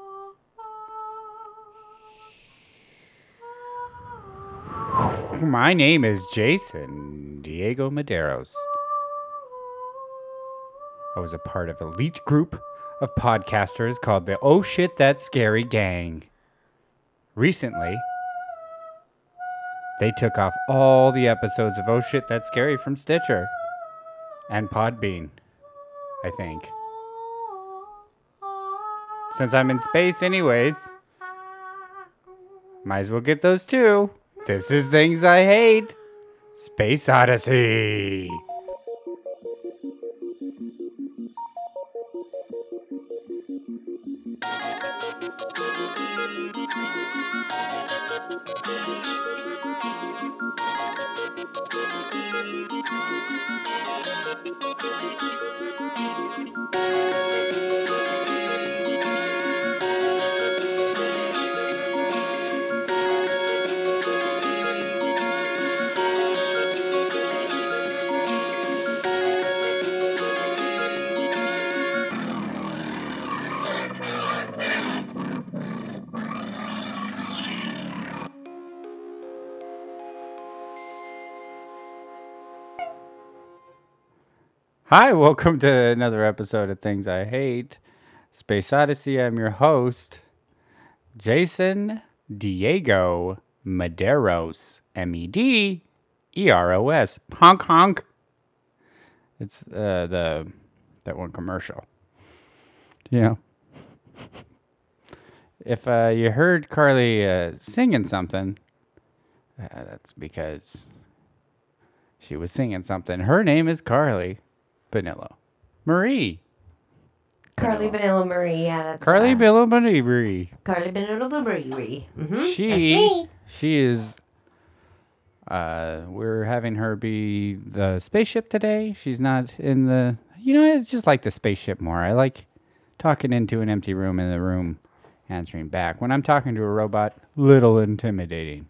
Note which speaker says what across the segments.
Speaker 1: My name is Jason Diego Medeiros. I was a part of a elite group of podcasters called the Oh Shit That Scary Gang. Recently, they took off all the episodes of Oh Shit That's Scary from Stitcher and Podbean, I think. Since I'm in space, anyways, might as well get those too. This is Things I Hate Space Odyssey. Hi, welcome to another episode of Things I Hate Space Odyssey. I'm your host, Jason Diego Medeiros, M E D E R O S. Honk honk. It's uh, the that one commercial. Yeah. if uh, you heard Carly uh, singing something, uh, that's because she was singing something. Her name is Carly Vanillo Marie.
Speaker 2: Carly Vanilla Marie, yeah, that's
Speaker 1: Carly
Speaker 2: uh,
Speaker 1: Vanillo Marie.
Speaker 2: Carly Vanilla Marie. Mm-hmm.
Speaker 1: She
Speaker 2: me.
Speaker 1: she is. Uh, we're having her be the spaceship today. She's not in the. You know, I just like the spaceship more. I like talking into an empty room in the room, answering back. When I'm talking to a robot, little intimidating.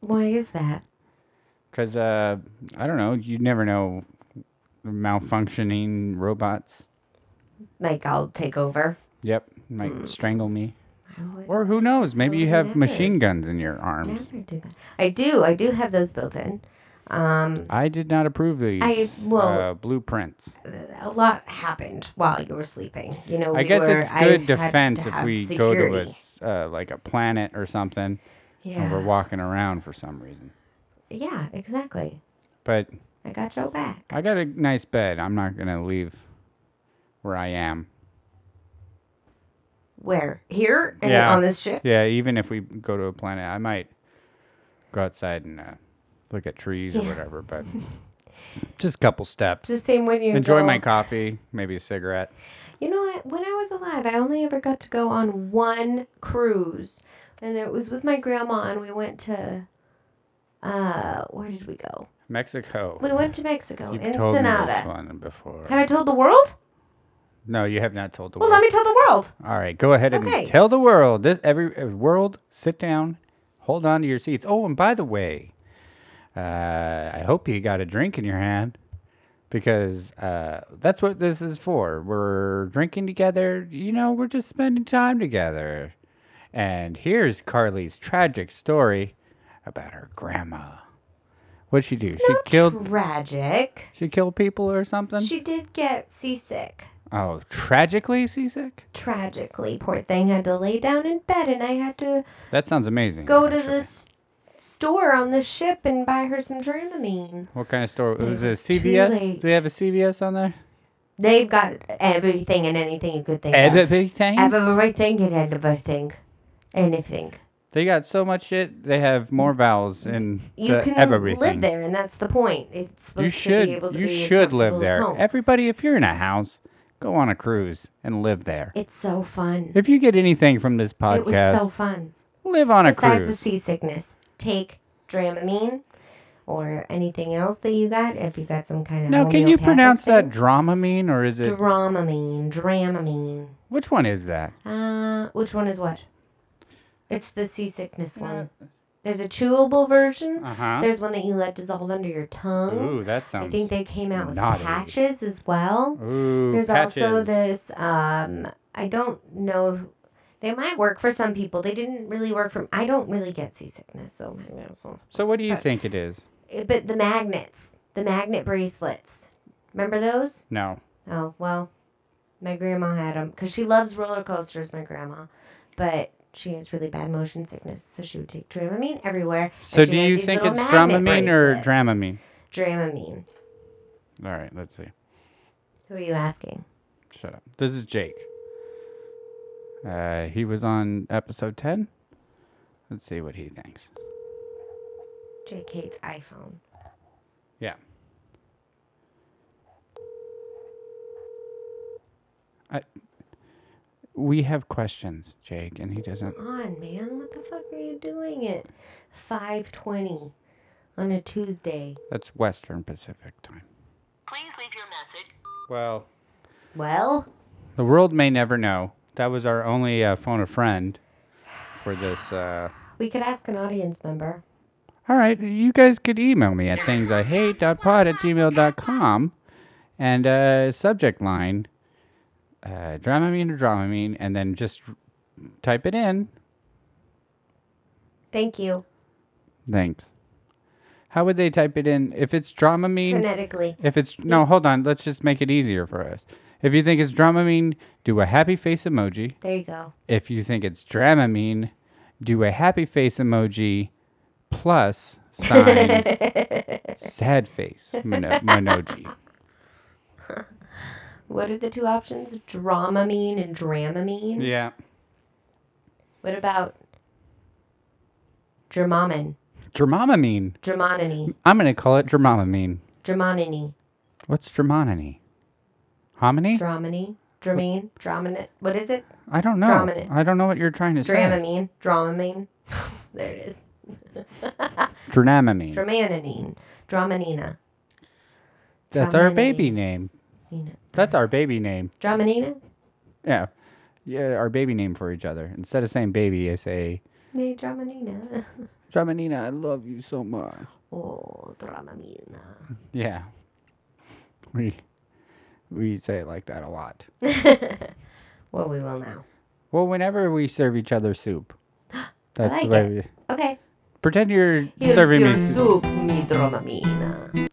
Speaker 2: Why is that?
Speaker 1: Because, uh, I don't know, you never know malfunctioning robots.
Speaker 2: Like I'll take over.
Speaker 1: Yep, might strangle me.
Speaker 2: I would
Speaker 1: Or who knows, maybe you have
Speaker 2: Never.
Speaker 1: machine guns in your arms.
Speaker 2: never do that. I do. I do have those built in. Um,
Speaker 1: I did not approve these
Speaker 2: I- well-
Speaker 1: uh, blueprints.
Speaker 2: a lot happened while you were sleeping. You know,
Speaker 1: I
Speaker 2: we
Speaker 1: guess
Speaker 2: were,
Speaker 1: it's good
Speaker 2: I had
Speaker 1: defense
Speaker 2: to
Speaker 1: if
Speaker 2: have
Speaker 1: we
Speaker 2: security.
Speaker 1: go to a uh, like a planet or something and we're
Speaker 2: Yeah.
Speaker 1: walking around for some reason.
Speaker 2: Yeah. Exactly.
Speaker 1: But
Speaker 2: I got your back.
Speaker 1: I got a nice bed. I'm not gonna leave where I am.
Speaker 2: Where? Here? And
Speaker 1: Yeah.
Speaker 2: on this ship?
Speaker 1: Yeah, even if we go to a planet, I might go outside and uh, look at trees or
Speaker 2: Yeah.
Speaker 1: whatever. But just a couple steps.
Speaker 2: It's the same when you
Speaker 1: Enjoy
Speaker 2: go-
Speaker 1: my coffee, maybe a cigarette.
Speaker 2: You know what? When I was alive, I only ever got to go on one cruise, and it was with my grandma, and we went to. Uh, where did we go?
Speaker 1: Mexico.
Speaker 2: We went to Mexico,
Speaker 1: You've told me this
Speaker 2: Ensenada.
Speaker 1: one before.
Speaker 2: Have I told the world?
Speaker 1: No, you have not told the
Speaker 2: Well,
Speaker 1: world.
Speaker 2: let me tell the world.
Speaker 1: All right, go ahead and
Speaker 2: Okay.
Speaker 1: tell the world. This every, every world, sit down, hold on to your seats. Oh, and by the way, uh, I hope you got a drink in your hand because uh, that's what this is for. We're drinking together. You know, we're just spending time together. And here's Carly's tragic story about her grandma. What'd she do? she
Speaker 2: Not
Speaker 1: killed.
Speaker 2: Tragic.
Speaker 1: she killed people or something.
Speaker 2: She did get seasick.
Speaker 1: oh, tragically seasick.
Speaker 2: Tragically, poor thing had to lay down in bed, and I had to
Speaker 1: That sounds amazing.
Speaker 2: go to
Speaker 1: actually.
Speaker 2: the s- store on the ship and buy her some Dramamine.
Speaker 1: What kind of store?
Speaker 2: it
Speaker 1: Was it a
Speaker 2: was too
Speaker 1: CVS?
Speaker 2: late.
Speaker 1: Do they have a CVS on there?
Speaker 2: They've got everything and anything you could think of.
Speaker 1: Everything?
Speaker 2: I've everything and everything. Anything.
Speaker 1: they got so much shit. They have more vowels in
Speaker 2: You
Speaker 1: the
Speaker 2: can
Speaker 1: everything.
Speaker 2: live there, and that's the point. It's supposed
Speaker 1: You
Speaker 2: to be able
Speaker 1: should.
Speaker 2: to
Speaker 1: You
Speaker 2: be as
Speaker 1: should live
Speaker 2: comfortable as
Speaker 1: there.
Speaker 2: home.
Speaker 1: Everybody, if you're in a house, go on a cruise and live there.
Speaker 2: it's so fun.
Speaker 1: If you get anything from this podcast,
Speaker 2: It was so fun.
Speaker 1: live on a
Speaker 2: Besides the
Speaker 1: cruise.
Speaker 2: seasickness, take Dramamine or anything else that you got. If you got some kind of
Speaker 1: Now, can you
Speaker 2: homeopathic
Speaker 1: pronounce that
Speaker 2: thing.
Speaker 1: Dramamine or is it
Speaker 2: Dramamine, Dramamine.
Speaker 1: which one is that?
Speaker 2: Uh, which one is what? It's the seasickness one. There's a chewable version.
Speaker 1: Uh huh.
Speaker 2: There's one that you let dissolve under your tongue.
Speaker 1: Ooh, that sounds.
Speaker 2: I think they came out with
Speaker 1: naughty.
Speaker 2: patches as well.
Speaker 1: Ooh,
Speaker 2: There's also
Speaker 1: patches.
Speaker 2: this. Um, I don't know. They might work for some people. They didn't really work for. I don't really get seasickness, so maybe that's all.
Speaker 1: So what do you
Speaker 2: But-
Speaker 1: think it is?
Speaker 2: Eh, But the magnets, the magnet bracelets. Remember those?
Speaker 1: No.
Speaker 2: Oh well, my grandma had them because she loves roller coasters. My grandma, but she has really bad motion sickness, so she would take Dramamine everywhere. and
Speaker 1: So
Speaker 2: she
Speaker 1: do
Speaker 2: had
Speaker 1: you
Speaker 2: these
Speaker 1: think
Speaker 2: little
Speaker 1: it's
Speaker 2: magnet
Speaker 1: Dramamine or
Speaker 2: bracelets.
Speaker 1: Dramamine?
Speaker 2: Dramamine.
Speaker 1: All right, let's see.
Speaker 2: Who are you asking?
Speaker 1: Shut up. This is Jake. Uh, he was on episode 10. Let's see what he thinks.
Speaker 2: Jake hates iPhone.
Speaker 1: Yeah. I, we have questions, Jake, and he doesn't.
Speaker 2: on, man. What the fuck are you doing at 5:20 on a Tuesday?
Speaker 1: That's Western Pacific time.
Speaker 3: Please leave your message.
Speaker 1: Well,
Speaker 2: Well,
Speaker 1: the world may never know. That was our only uh, phone a friend for this. Uh,
Speaker 2: we could ask an audience member.
Speaker 1: All right, you guys could email me at thingsihate.pod at gmail.com and uh, subject line uh, Dramamine or Dramamine, and then just type it in.
Speaker 2: Thank you.
Speaker 1: Thanks. How would they type it in? If it's Dramamine,
Speaker 2: Phonetically.
Speaker 1: if it's no, hold on, let's just make it easier for us. If you think it's Dramamine, do a happy face emoji.
Speaker 2: There you go.
Speaker 1: If you think it's Dramamine, do a happy face emoji plus sign sad face mono- emoji.
Speaker 2: What are the two options? Dramamine and Dramamine.
Speaker 1: Yeah.
Speaker 2: What about Dramamin?
Speaker 1: Dramamine.
Speaker 2: Dramonini.
Speaker 1: I'm going to call it Dramamine.
Speaker 2: Dramonini.
Speaker 1: What's Dramamine? Hominy?
Speaker 2: Dramini. Dramine. Draminate. What is it?
Speaker 1: I don't know.
Speaker 2: Dramamine.
Speaker 1: I don't know what you're trying to say.
Speaker 2: Dramamine. Dramamine. there it is.
Speaker 1: Dramamine.
Speaker 2: Dramanine. Dramanina.
Speaker 1: That's our
Speaker 2: Dramamine.
Speaker 1: baby name.
Speaker 2: Nina.
Speaker 1: That's our baby name.
Speaker 2: Dramanina?
Speaker 1: Yeah. Yeah, our baby name for each other. Instead of saying baby, I say
Speaker 2: Nee, Dramanina.
Speaker 1: Dramanina, I love you so much.
Speaker 2: Oh, Dramamina.
Speaker 1: Yeah. We we say it like that a lot.
Speaker 2: well, we will now.
Speaker 1: Well, whenever we serve each other soup. That's
Speaker 2: like
Speaker 1: the way
Speaker 2: it.
Speaker 1: we
Speaker 2: Okay.
Speaker 1: pretend you're
Speaker 2: Here's
Speaker 1: serving
Speaker 2: your
Speaker 1: me soup.
Speaker 2: soup, mi Dramamina.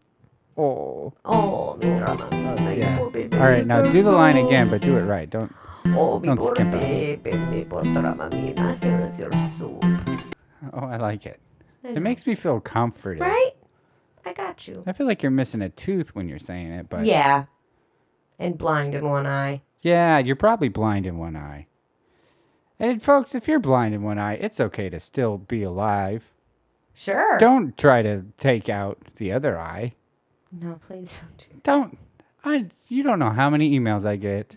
Speaker 1: Oh.
Speaker 2: Oh, mi Dramamina.
Speaker 1: Yeah.
Speaker 2: Oh, baby,
Speaker 1: All right, now
Speaker 2: your
Speaker 1: do the line
Speaker 2: soup.
Speaker 1: again, but do it right. Don't.
Speaker 2: Oh, mi
Speaker 1: Don't
Speaker 2: poor
Speaker 1: skip
Speaker 2: baby, mi poor Dramamina. Here's your soup.
Speaker 1: Oh, I like it.
Speaker 2: I know.
Speaker 1: It makes me feel comforted.
Speaker 2: Right? I got you.
Speaker 1: I feel like you're missing a tooth when you're saying it, but
Speaker 2: Yeah. And blind in one eye.
Speaker 1: Yeah, you're probably blind in one eye. And folks, if you're blind in one eye, it's okay to still be alive.
Speaker 2: Sure.
Speaker 1: Don't try to take out the other eye.
Speaker 2: No, please don't do
Speaker 1: Don't. I. You don't know how many emails I get.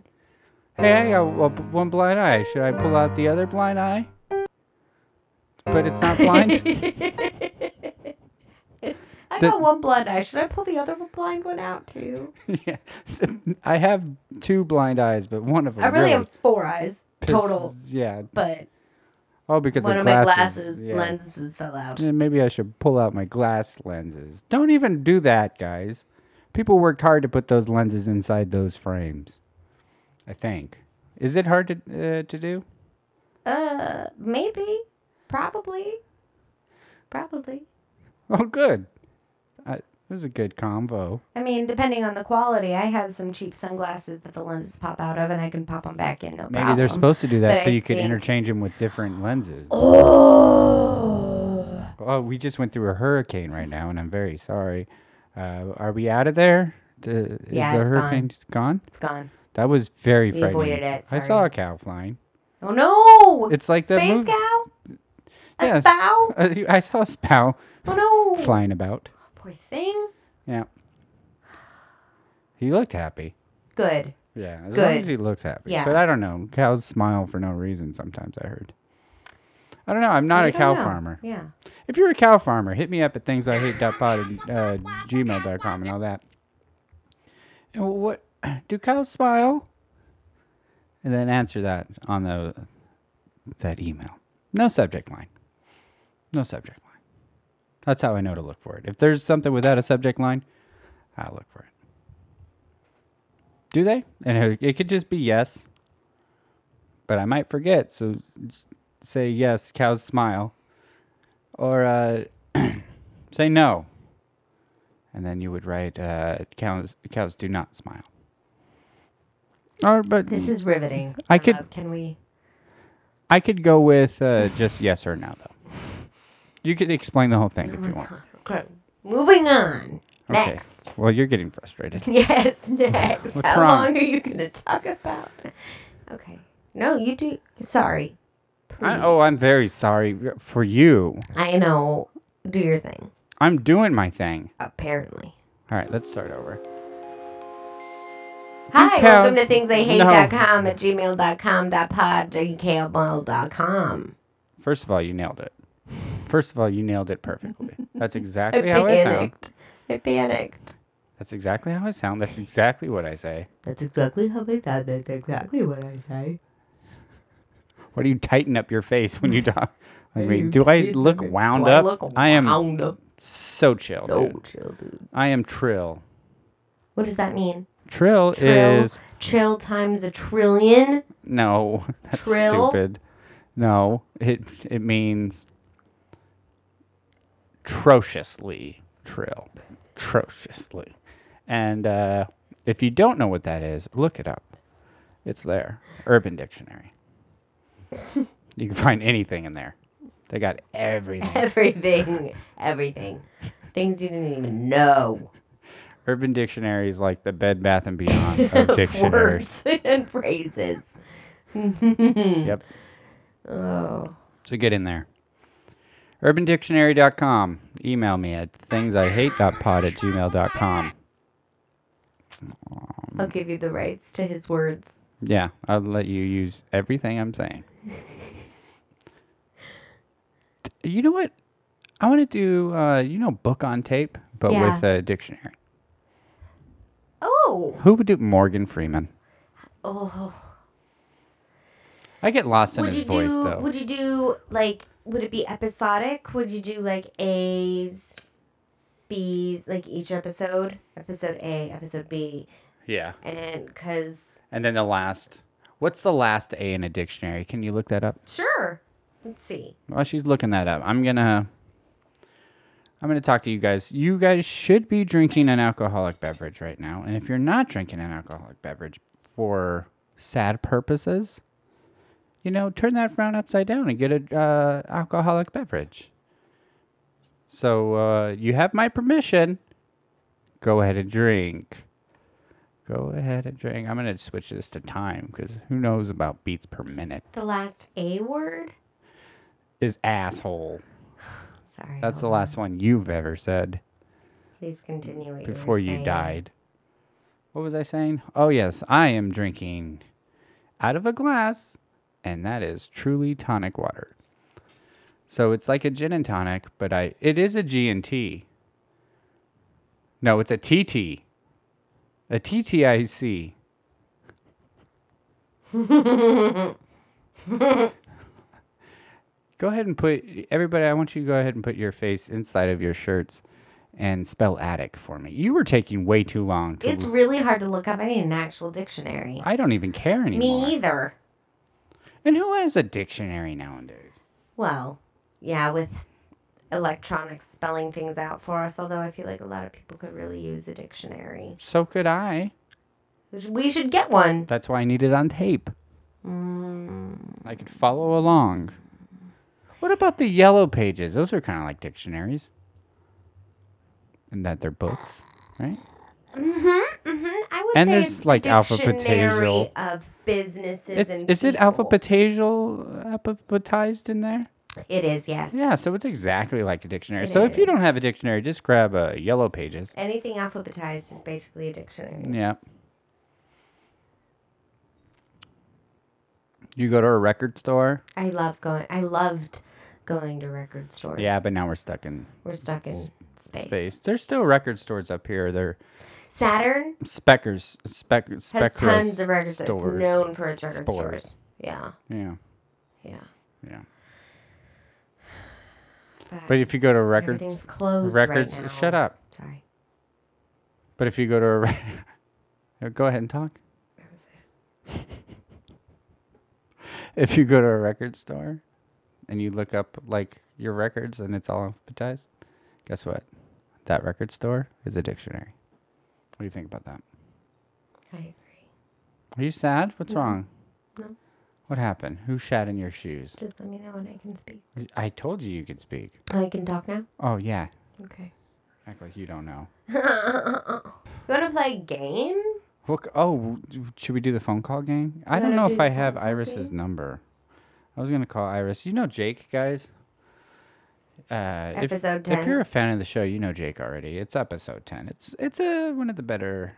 Speaker 1: Hey, I got wa- one blind eye. Should I pull out the other blind eye? But it's not blind.
Speaker 2: I
Speaker 1: The-
Speaker 2: got one blind eye. Should I pull the other one blind one out too?
Speaker 1: yeah. I have two blind eyes, but one of them.
Speaker 2: I really have four eyes
Speaker 1: pisses-
Speaker 2: total,
Speaker 1: Yeah.
Speaker 2: but
Speaker 1: Oh, because
Speaker 2: one
Speaker 1: of
Speaker 2: of my
Speaker 1: glasses.
Speaker 2: glasses
Speaker 1: yeah. Mm.
Speaker 2: lenses fell out.
Speaker 1: Yeah, Maybe I should pull out my glass lenses. Don't even do that, guys. People worked hard to put those lenses inside those frames. I think. Is it hard to uh, to do?
Speaker 2: Uh, maybe, probably, probably.
Speaker 1: Oh, good. I, it was a good convo.
Speaker 2: I mean, depending on the quality, I have some cheap sunglasses that the lenses pop out of, and I can pop them back in. No
Speaker 1: Maybe
Speaker 2: problem.
Speaker 1: they're supposed to do that
Speaker 2: But
Speaker 1: so
Speaker 2: I
Speaker 1: you could
Speaker 2: think-
Speaker 1: interchange them with different lenses. Oh.
Speaker 2: Oh,
Speaker 1: we just went through a hurricane right now, and I'm very sorry. Uh, are we out of there? The,
Speaker 2: Yeah,
Speaker 1: is the
Speaker 2: it's
Speaker 1: hurricane
Speaker 2: gone.
Speaker 1: just gone?
Speaker 2: it's gone.
Speaker 1: That was very
Speaker 2: We
Speaker 1: frightening.
Speaker 2: avoided it,
Speaker 1: I
Speaker 2: sorry.
Speaker 1: saw a cow flying.
Speaker 2: Oh no!
Speaker 1: It's like that
Speaker 2: space
Speaker 1: movie.
Speaker 2: cow. A
Speaker 1: Yeah.
Speaker 2: spow.
Speaker 1: Uh, I saw a spow
Speaker 2: Oh no!
Speaker 1: flying about.
Speaker 2: Poor thing.
Speaker 1: Yeah. He looked happy.
Speaker 2: Good.
Speaker 1: Yeah, as long
Speaker 2: Good.
Speaker 1: as he looks happy.
Speaker 2: Yeah.
Speaker 1: But I don't know. Cows smile for no reason sometimes, I heard. I don't know. I'm not
Speaker 2: We
Speaker 1: a
Speaker 2: don't
Speaker 1: cow
Speaker 2: know.
Speaker 1: farmer.
Speaker 2: Yeah.
Speaker 1: If you're a cow farmer, hit me up at thingsihate.pod at uh, gmail.com and all that. And what do cows smile? And then answer that on the that email. No subject line. No subject line. That's how I know to look for it. If there's something without a subject line, I look for it. Do they? And it, it could just be yes, but I might forget. So just say yes, cows smile, or uh, say no, and then you would write uh, cows cows do not smile. Or but
Speaker 2: This is riveting.
Speaker 1: I
Speaker 2: love.
Speaker 1: could-
Speaker 2: Can we?
Speaker 1: I could go with uh, just yes or no though. You could explain the whole thing if you
Speaker 2: Oh
Speaker 1: want.
Speaker 2: Okay. Moving on. Next.
Speaker 1: Well, you're getting frustrated.
Speaker 2: Yes, next.
Speaker 1: What's
Speaker 2: How
Speaker 1: wrong?
Speaker 2: long are you going to talk about? Okay. No, you do. Sorry. Please.
Speaker 1: I, oh, I'm very sorry for you.
Speaker 2: I know. Do your thing.
Speaker 1: I'm doing my thing.
Speaker 2: Apparently.
Speaker 1: All right, let's start over.
Speaker 2: Hi, welcome to
Speaker 1: cows.
Speaker 2: things I hate
Speaker 1: No.
Speaker 2: dot com at gmail.com dot pod gmail dot com.
Speaker 1: First of all, you nailed it. First of all, you nailed it perfectly. That's
Speaker 2: I
Speaker 1: exactly how I sound.
Speaker 2: panicked. I panicked.
Speaker 1: That's exactly how I sound. That's exactly what I say.
Speaker 2: That's exactly how I sound. That's exactly what I say.
Speaker 1: What do you tighten up your face when you talk? I mean,
Speaker 2: You
Speaker 1: do I
Speaker 2: tighten
Speaker 1: look
Speaker 2: it.
Speaker 1: wound
Speaker 2: Do I
Speaker 1: up?
Speaker 2: look
Speaker 1: I am
Speaker 2: wound up?
Speaker 1: so chill,
Speaker 2: so
Speaker 1: dude.
Speaker 2: chill, dude.
Speaker 1: I am trill.
Speaker 2: What does that mean?
Speaker 1: Trill,
Speaker 2: Trill,
Speaker 1: is
Speaker 2: chill times a trillion.
Speaker 1: no. That's
Speaker 2: Trill?
Speaker 1: stupid. No, it it means atrociously trill, atrociously. And uh, if you don't know what that is, look it up. It's there. Urban Dictionary. you can find anything in there. They got everything.
Speaker 2: Everything, everything, things you didn't even know.
Speaker 1: Urban Dictionary is like the Bed Bath and Beyond of dictionaries.
Speaker 2: Words and phrases.
Speaker 1: Yep.
Speaker 2: Oh,
Speaker 1: So get in there. UrbanDictionary.com. Email me at thingsihate.pod at gmail.com.
Speaker 2: I'll give you the rights to his words.
Speaker 1: Yeah, I'll let you use everything I'm saying. T- you know what? I want to do, uh, you know, book on tape, but
Speaker 2: Yeah.
Speaker 1: with a dictionary.
Speaker 2: Oh,
Speaker 1: Who would do Morgan Freeman?
Speaker 2: oh.
Speaker 1: I get lost in
Speaker 2: Would
Speaker 1: his
Speaker 2: you
Speaker 1: voice,
Speaker 2: do?
Speaker 1: though.
Speaker 2: Would you do like? Would it be episodic? Would you do like A's, B's, like each episode, episode A, episode B,
Speaker 1: yeah.
Speaker 2: and cause
Speaker 1: And then the last. What's the last A in a dictionary? Can you look that up?
Speaker 2: sure. Let's see.
Speaker 1: While she's looking that up, I'm gonna I'm gonna talk to you guys. You guys should be drinking an alcoholic beverage right now, and if you're not drinking an alcoholic beverage for sad purposes, you know, turn that frown upside down and get a uh, alcoholic beverage. So uh, you have my permission. Go ahead and drink. Go ahead and drink. I'm gonna switch this to time because who knows about beats per minute?
Speaker 2: The last A word?
Speaker 1: Is asshole.
Speaker 2: Sorry.
Speaker 1: That's the
Speaker 2: hold on.
Speaker 1: last one you've ever said
Speaker 2: Please continue what
Speaker 1: before
Speaker 2: you,
Speaker 1: you
Speaker 2: were saying.
Speaker 1: died. What was I saying? Oh, yes, I am drinking out of a glass, and that is truly tonic water. So it's like a gin and tonic, but I it is a G and T. No, it's a TT. A TTIC. go ahead and put everybody i want you to go ahead and put your face inside of your shirts and spell attic for me you were taking way too long to
Speaker 2: It's really hard to look up. I need an actual dictionary.
Speaker 1: i don't even care anymore
Speaker 2: Me either.
Speaker 1: and who has a dictionary nowadays
Speaker 2: Well, yeah, with electronics spelling things out for us, although I feel like a lot of people could really use a dictionary.
Speaker 1: so could i
Speaker 2: Which We should get one.
Speaker 1: that's why i need it on tape i could follow along Mm. what about the yellow pages those are kind of like dictionaries and that they're books right
Speaker 2: Mm-hmm, I would
Speaker 1: And
Speaker 2: say
Speaker 1: there's,
Speaker 2: it's
Speaker 1: like,
Speaker 2: the dictionary
Speaker 1: alphabetical-
Speaker 2: of businesses
Speaker 1: It's,
Speaker 2: and
Speaker 1: is it
Speaker 2: people.
Speaker 1: alphabetical alphabetized in there
Speaker 2: It is, yes.
Speaker 1: Yeah, so it's exactly like a dictionary.
Speaker 2: It
Speaker 1: so if you
Speaker 2: is.
Speaker 1: don't have a dictionary, just grab uh, Yellow Pages.
Speaker 2: Anything alphabetized is basically a dictionary.
Speaker 1: Yeah. You go to a record store.
Speaker 2: I love going. I loved going to record stores.
Speaker 1: Yeah, but now we're stuck in
Speaker 2: We're stuck in space.
Speaker 1: space. There's still record stores up here. They're
Speaker 2: Saturn
Speaker 1: Speckers, spec,
Speaker 2: has
Speaker 1: Spectra
Speaker 2: tons of record stores. It's
Speaker 1: stores.
Speaker 2: known for its record
Speaker 1: Spores.
Speaker 2: stores. Yeah,
Speaker 1: Yeah,
Speaker 2: yeah.
Speaker 1: yeah. But if you go to a record,
Speaker 2: everything's closed
Speaker 1: records,
Speaker 2: right now.
Speaker 1: shut up.
Speaker 2: Sorry.
Speaker 1: But if you go to a, re- go ahead and talk. if you go to a record store and you look up like your records and it's all alphabetized, guess what? That record store is a dictionary. What do you think about that?
Speaker 2: I agree.
Speaker 1: Are you sad? What's
Speaker 2: No.
Speaker 1: wrong?
Speaker 2: No.
Speaker 1: What happened? Who shat in your shoes?
Speaker 2: Just let me know when I can speak.
Speaker 1: I told you you could speak.
Speaker 2: I can talk now?
Speaker 1: Oh yeah,
Speaker 2: Okay.
Speaker 1: act like you don't know.
Speaker 2: you want to play a game?
Speaker 1: Well, c- oh, w- d- should we do the phone call game? I
Speaker 2: You
Speaker 1: don't
Speaker 2: wanna
Speaker 1: know
Speaker 2: do
Speaker 1: if
Speaker 2: the
Speaker 1: I
Speaker 2: phone
Speaker 1: have
Speaker 2: call
Speaker 1: Iris's
Speaker 2: game?
Speaker 1: number. I was gonna call Iris. You know Jake, guys. Uh, if-
Speaker 2: Episode
Speaker 1: If
Speaker 2: 10.
Speaker 1: you're a fan of the show, you know Jake already. It's episode ten. It's it's uh, one of the better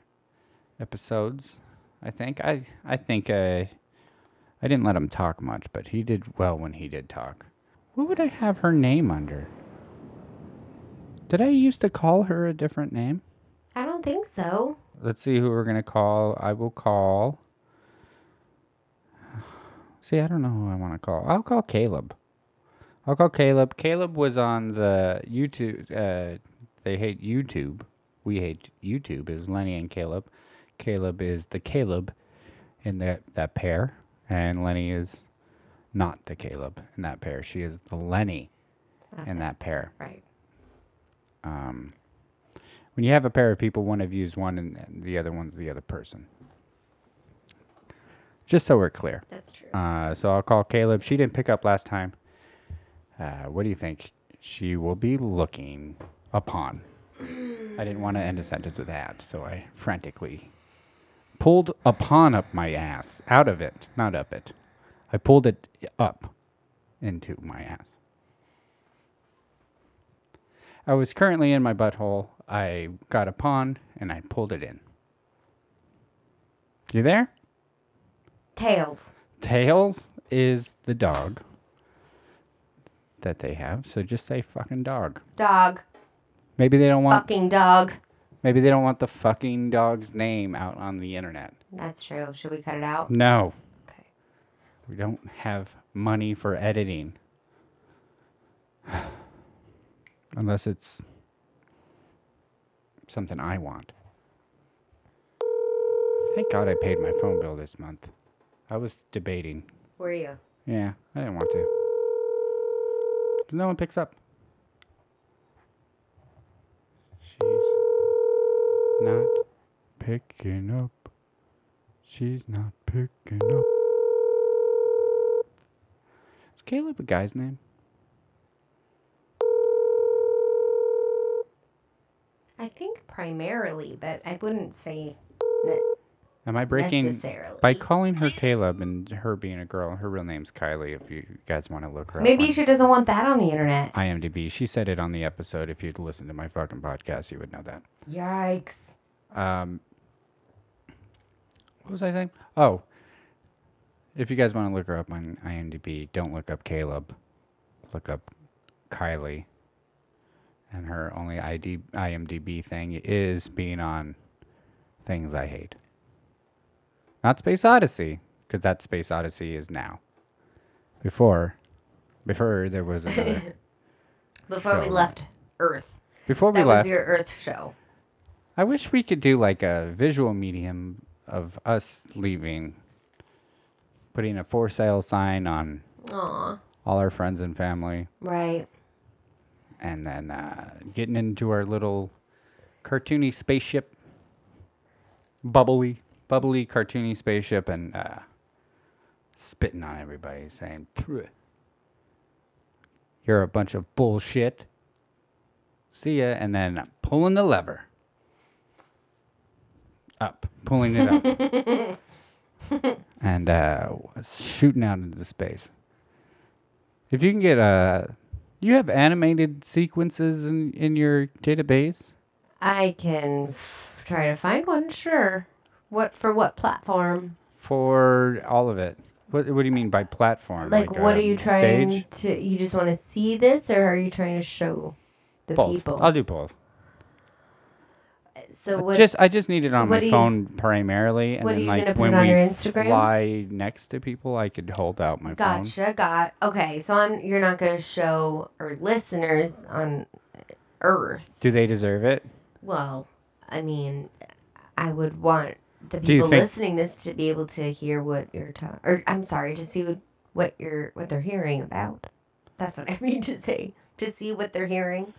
Speaker 1: episodes, I think. I I think uh, I didn't let him talk much, but he did well when he did talk. What would I have her name under? Did I used to call her a different name?
Speaker 2: I don't think so.
Speaker 1: Let's see who we're gonna call. I will call. See, I don't know who I want to call. I'll call Caleb. I'll call Caleb. Caleb was on the YouTube. Uh, they hate YouTube. We hate YouTube. Is Lenny and Caleb. Caleb is the Caleb in that that pair, and Lenny is not the Caleb in that pair. She is the Lenny in that pair
Speaker 2: Right.
Speaker 1: um, when you have a pair of people, one of you's one and- and the other one's the other person. Just so we're clear.
Speaker 2: That's true.
Speaker 1: Uh, so I'll call Caleb. She didn't pick up last time. Uh, what do you think she will be looking upon? I didn't want to end a sentence with that, so I frantically pulled upon up my ass. Out of it, not up it. I pulled it up into my ass. I was currently in my butthole. I got upon and I pulled it in. You there?
Speaker 2: Tails.
Speaker 1: Tails is the dog that they have. So just say fucking dog.
Speaker 2: Dog.
Speaker 1: Maybe they don't want
Speaker 2: Fucking dog.
Speaker 1: maybe they don't want the fucking dog's name out on the internet.
Speaker 2: That's true. Should we cut it out?
Speaker 1: No.
Speaker 2: Okay.
Speaker 1: We don't have money for editing. Unless it's something I want. Thank God I paid my phone bill this month. I was debating
Speaker 2: Where are you?
Speaker 1: Yeah, I didn't want to. No one picks up. She's not picking up. She's not picking up. Is Caleb a guy's name?
Speaker 2: I think primarily, but I wouldn't say ne-
Speaker 1: Am I breaking
Speaker 2: necessarily.
Speaker 1: by calling her Caleb and her being a girl? Her real name's Kylie. If you guys want to look her
Speaker 2: Maybe
Speaker 1: up
Speaker 2: she doesn't want that on the internet.
Speaker 1: on IMDb, she said it on the episode. If you'd listened to my fucking podcast, you would know that.
Speaker 2: Yikes.
Speaker 1: Um, what was I saying? Oh, if you guys want to look her up on IMDb, don't look up Caleb. Look up Kylie. And her only ID, IMDb thing is being on things I hate. Not Space Odyssey, because that Space Odyssey is now. Before, before there was another.
Speaker 2: Before we
Speaker 1: Show.
Speaker 2: left Earth,
Speaker 1: Before we
Speaker 2: that
Speaker 1: left,
Speaker 2: was your Earth show.
Speaker 1: I wish we could do like a visual medium of us leaving, putting a for sale sign on
Speaker 2: Aw.
Speaker 1: all our friends and family,
Speaker 2: Right.
Speaker 1: and then uh, getting into our little cartoony spaceship, bubbly, bubbly cartoony spaceship, and uh, spitting on everybody, saying, "Pruh. "You're a bunch of bullshit." See ya, and then uh, pulling the lever. Up, pulling it up, and uh, shooting out into space. If you can get uh you have animated sequences in in your database.
Speaker 2: I can f- try to find one, sure. What for what platform?
Speaker 1: for all of it. What What do you mean by platform?
Speaker 2: Like, what
Speaker 1: uh,
Speaker 2: are you trying
Speaker 1: Stage?
Speaker 2: to you just want to see this or are you trying to show the
Speaker 1: Both.
Speaker 2: people?
Speaker 1: I'll do both.
Speaker 2: so what
Speaker 1: just I just need it on
Speaker 2: what
Speaker 1: my
Speaker 2: do you-
Speaker 1: phone primarily, and
Speaker 2: what are
Speaker 1: then
Speaker 2: you
Speaker 1: like
Speaker 2: gonna put
Speaker 1: when
Speaker 2: on
Speaker 1: we
Speaker 2: your Instagram?
Speaker 1: fly next to people, I could hold out my phone.
Speaker 2: Gotcha. Got okay. So I'm. You're not gonna show our listeners on Earth.
Speaker 1: Do they deserve it?
Speaker 2: Well, I mean, I would want the
Speaker 1: Do you
Speaker 2: people
Speaker 1: think-
Speaker 2: listening this to be able to hear what you're talking. Or I'm sorry, to see what what you're what they're hearing about. That's what I mean to say. To see what they're hearing.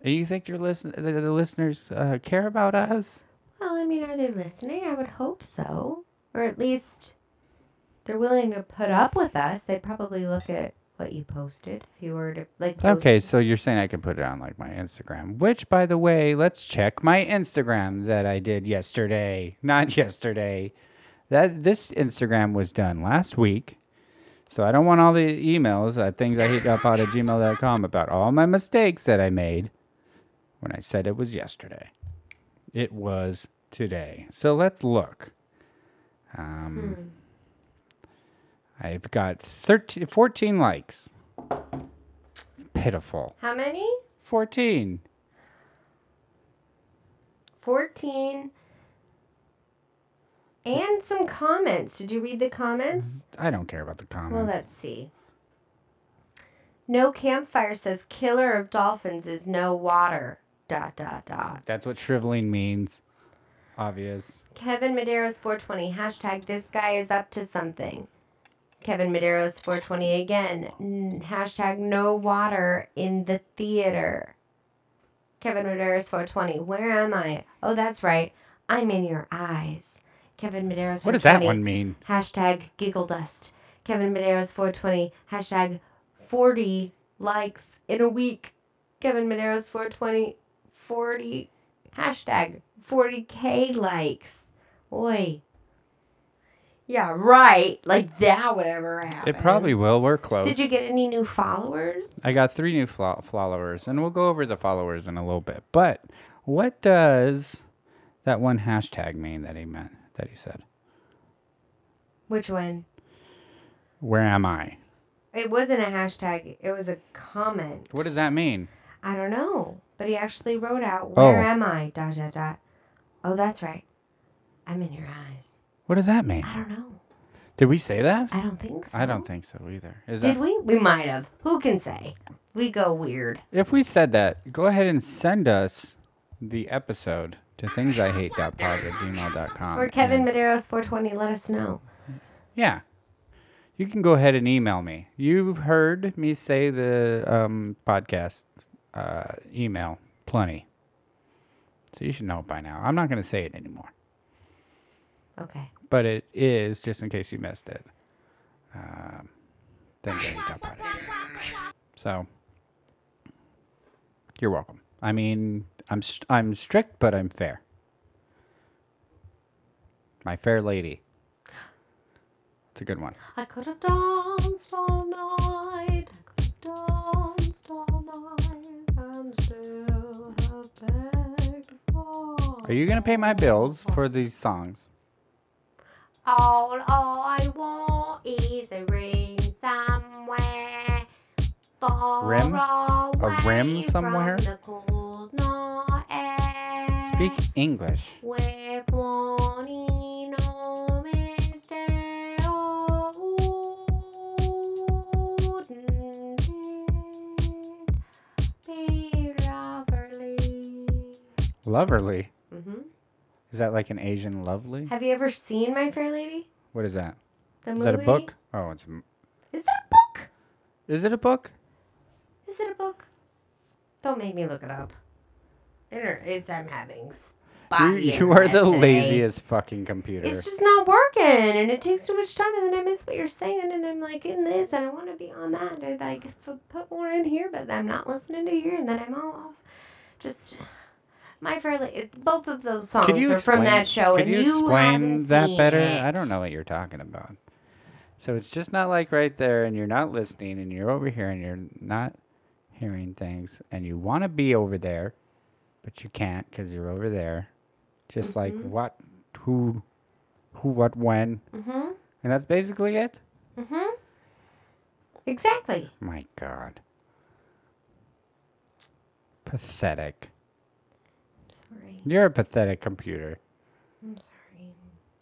Speaker 1: And you think your listen the, the listeners uh, care about us?
Speaker 2: Well, I mean, are they listening? I would hope so. Or at least they're willing to put up with us. They'd probably look at what you posted if you were to like post
Speaker 1: Okay, so you're saying I can put it on like my Instagram, which by the way, let's check my Instagram that I did yesterday, not yesterday. That this Instagram was done last week. So I don't want all the emails, uh, things I hit up out of gmail.com about all my mistakes that I made when I said it was yesterday. It was today. So let's look. Um, I've got 13, 14 likes. Pitiful.
Speaker 2: How many?
Speaker 1: 14.
Speaker 2: 14 and some comments. Did you read the comments?
Speaker 1: I don't care about the comment.
Speaker 2: Well, let's see. No campfire says killer of dolphins is no water. Dot dot dot.
Speaker 1: That's what shriveling means. Obvious.
Speaker 2: Kevin Medeiros 420 hashtag this guy is up to something. Kevin Medeiros 420 again N- hashtag no water in the theater. Kevin Medeiros 420 where am I? Oh, that's right, I'm in your eyes. Kevin Medeiros 420
Speaker 1: What does that one mean?
Speaker 2: hashtag giggle dust. Kevin Medeiros 420 hashtag 40 likes in a week. Kevin Medeiros 420 40 hashtag 40k likes. Oi. Yeah, right. Like that would ever happen.
Speaker 1: It probably will. We're close.
Speaker 2: Did you get any new followers?
Speaker 1: I got three new flo- followers, and we'll go over the followers in a little bit. But what does that one hashtag mean that he meant, that he said?
Speaker 2: Which one?
Speaker 1: Where am I?
Speaker 2: It wasn't a hashtag. It was a comment.
Speaker 1: What does that mean?
Speaker 2: I don't know. But he actually wrote out,
Speaker 1: Oh.
Speaker 2: Where am I? Dot, dot, dot. Oh, that's right. I'm in your eyes.
Speaker 1: What does that mean?
Speaker 2: I don't know.
Speaker 1: Did we say that?
Speaker 2: I don't think so.
Speaker 1: I don't think so either. Is that
Speaker 2: Did we? We might have. Who can say? We go weird.
Speaker 1: If we said that, go ahead and send us the episode to thingshihate.pod@gmail.com.
Speaker 2: Or Kevin
Speaker 1: And-
Speaker 2: Medeiros 420, let us know.
Speaker 1: Yeah. You can go ahead and email me. You've heard me say the um, podcast uh, email plenty. So you should know it by now. I'm not going to say it anymore.
Speaker 2: Okay.
Speaker 1: But it is, just in case you missed it, um, thingshihate.pod@gmail.com. So you're welcome. I mean, I'm, st- I'm strict, but I'm fair. My fair lady. It's a good one.
Speaker 2: I could have danced all night. I could have danced all night and still have begged for.
Speaker 1: Are you gonna pay my bills for these songs?
Speaker 2: All I want is a ring somewhere. Far
Speaker 1: Rim?
Speaker 2: Away
Speaker 1: A rim
Speaker 2: from
Speaker 1: somewhere?
Speaker 2: the cold night air.
Speaker 1: Speak English.
Speaker 2: With oh, one enormous day oh, wouldn't it be lovely?
Speaker 1: Loverly.
Speaker 2: Mm-hmm.
Speaker 1: Is that like an Asian lovely?
Speaker 2: Have you ever seen My Fair Lady?
Speaker 1: What is that?
Speaker 2: The
Speaker 1: Is
Speaker 2: movie?
Speaker 1: that a book? Oh, it's. A, m-
Speaker 2: Is that a book?
Speaker 1: is it a book?
Speaker 2: Is it a book? Don't make me look it up. Inter- It's I'm having spot.
Speaker 1: You, you are the
Speaker 2: internet today.
Speaker 1: laziest fucking computer.
Speaker 2: It's just not working, and it takes too much time, and then I miss what you're saying, and I'm like in this, and I want to be on that, and I like f- put more in here, but I'm not listening to here, and then I'm all off. Just my fair Lady. it- Both of those songs
Speaker 1: Could you
Speaker 2: are
Speaker 1: explain,
Speaker 2: from that show,
Speaker 1: could
Speaker 2: and
Speaker 1: you
Speaker 2: you,
Speaker 1: explain
Speaker 2: haven't
Speaker 1: that
Speaker 2: seen
Speaker 1: better?
Speaker 2: It.
Speaker 1: I don't know what you're talking about. So it's just not like right there, and you're not listening, and you're over here, and you're not hearing things, and you want to be over there, but you can't because you're over there. Just like
Speaker 2: Mm-hmm.
Speaker 1: what, who, who, what, when,
Speaker 2: Mhm.
Speaker 1: and that's basically it.
Speaker 2: Mhm. Exactly.
Speaker 1: My God, pathetic.
Speaker 2: Sorry.
Speaker 1: You're a pathetic computer.
Speaker 2: I'm sorry.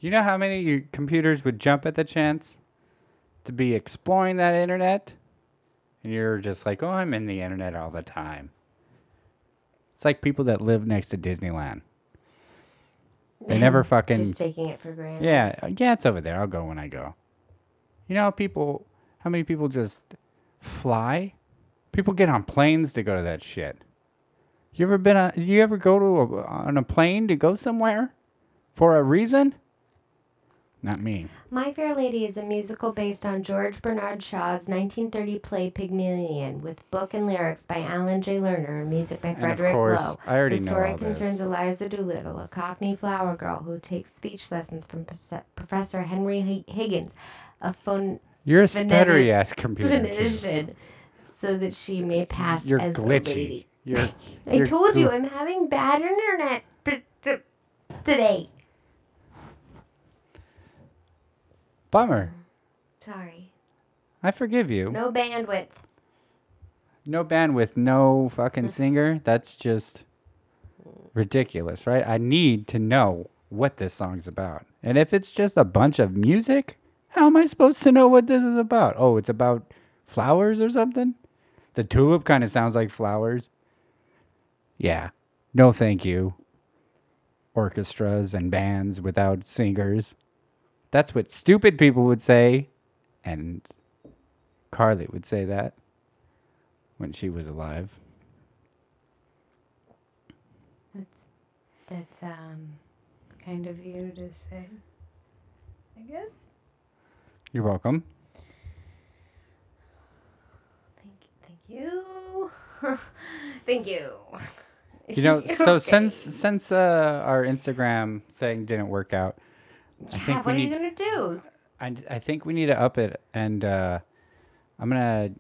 Speaker 1: Do you know how many your computers would jump at the chance to be exploring that internet? And you're just like, oh, I'm in the internet all the time. It's like people that live next to Disneyland. They never fucking.
Speaker 2: Just taking it for granted.
Speaker 1: Yeah, uh, yeah, it's over there. I'll go when I go. You know how people, how many people just fly? People get on planes to go to that shit. You ever been on? You ever go to a, on a plane to go somewhere for a reason? Not me.
Speaker 2: My Fair Lady is a musical based on George Bernard Shaw's 1930 play Pygmalion, with book and lyrics by Alan J. Lerner and music by
Speaker 1: of
Speaker 2: Frederick
Speaker 1: course,
Speaker 2: Lowe.
Speaker 1: I already
Speaker 2: the
Speaker 1: know
Speaker 2: story
Speaker 1: all
Speaker 2: concerns
Speaker 1: this.
Speaker 2: Eliza Doolittle, a Cockney flower girl who takes speech lessons from Prof- Professor Henry Hi- Higgins, a phon-
Speaker 1: You're a
Speaker 2: Vanilla-
Speaker 1: stuttery ass computer. too.
Speaker 2: phonetician, so that she may pass
Speaker 1: You're
Speaker 2: as a
Speaker 1: glitchy.
Speaker 2: lady.
Speaker 1: You're,
Speaker 2: I
Speaker 1: you're
Speaker 2: told you
Speaker 1: gl-
Speaker 2: I'm having bad internet p- t- today.
Speaker 1: Bummer.
Speaker 2: Sorry,
Speaker 1: I forgive you.
Speaker 2: no bandwidth.
Speaker 1: no bandwidth, no fucking singer. That's just ridiculous, right? I need to know what this song's about. And if it's just a bunch of music, how am I supposed to know what this is about? Oh, it's about flowers or something? The tulip kind of sounds like flowers. Yeah. No, thank you. Orchestras and bands without singers. That's what stupid people would say. And Carly would say that when she was alive.
Speaker 2: That's that's um kind of you to say. I guess.
Speaker 1: You're welcome.
Speaker 2: Thank thank you. thank you.
Speaker 1: You know, so
Speaker 2: Okay.
Speaker 1: since since uh, our Instagram thing didn't work out, I
Speaker 2: Yeah,
Speaker 1: think we
Speaker 2: what are
Speaker 1: need
Speaker 2: you gonna do?
Speaker 1: I, I think we need to up it, and uh, I'm gonna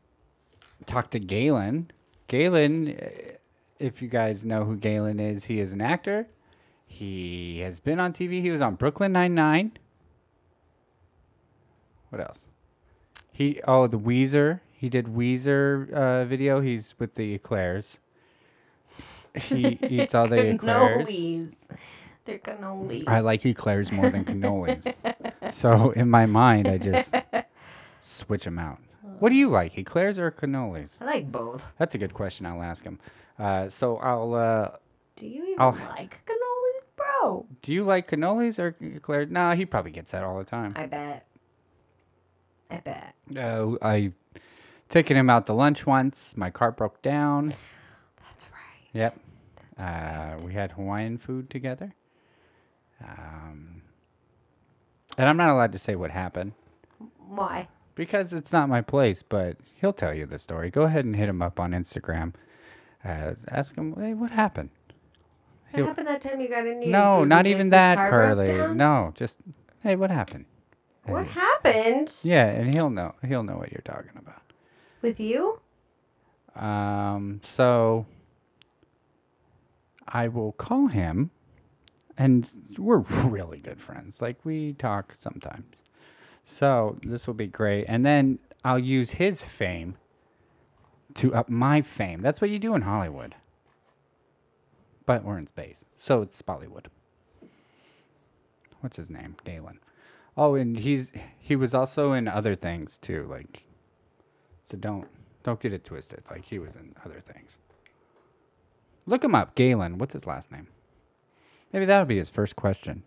Speaker 1: talk to Galen. Galen, uh, if you guys know who Galen is, he is an actor. He has been on TV. He was on Brooklyn Nine Nine. What else? He oh the Weezer. He did Weezer uh, video. He's with the Eclairs. He eats all the Eclairs.
Speaker 2: cannolis. They're cannolis.
Speaker 1: I like eclairs more than cannolis. so in my mind, I just switch them out. What do you like, eclairs or cannolis?
Speaker 2: I like both.
Speaker 1: That's a good question. I'll ask him. Uh, so I'll. Uh,
Speaker 2: Do you even
Speaker 1: I'll-
Speaker 2: like cannolis, bro?
Speaker 1: do you like cannolis or eclairs? Nah, he probably gets that all the time.
Speaker 2: I bet. I bet.
Speaker 1: No, I taken him out to lunch once. My car broke down.
Speaker 2: That's right.
Speaker 1: Yep. Uh, we had Hawaiian food together. Um, and I'm not allowed to say what happened.
Speaker 2: Why?
Speaker 1: Because it's not my place, but he'll tell you the story. Go ahead and hit him up on Instagram. Uh, ask him, hey, what happened?
Speaker 2: What
Speaker 1: He'll-
Speaker 2: happened that time you got in?
Speaker 1: no, not even that, Curly. No, just, hey, what happened?
Speaker 2: What
Speaker 1: Hey.
Speaker 2: happened
Speaker 1: Yeah, and he'll know. He'll know what you're talking about.
Speaker 2: with you?
Speaker 1: Um, so I will call him, and we're really good friends. Like we talk sometimes. So this will be great, and then I'll use his fame to up my fame. That's what you do in Hollywood. But we're in space, so it's Spollywood. What's his name? Dalen. Oh, and he's he was also in other things too, like so don't don't get it twisted. Like he was in other things. Look him up, Galen. What's his last name? Maybe that'll be his first question.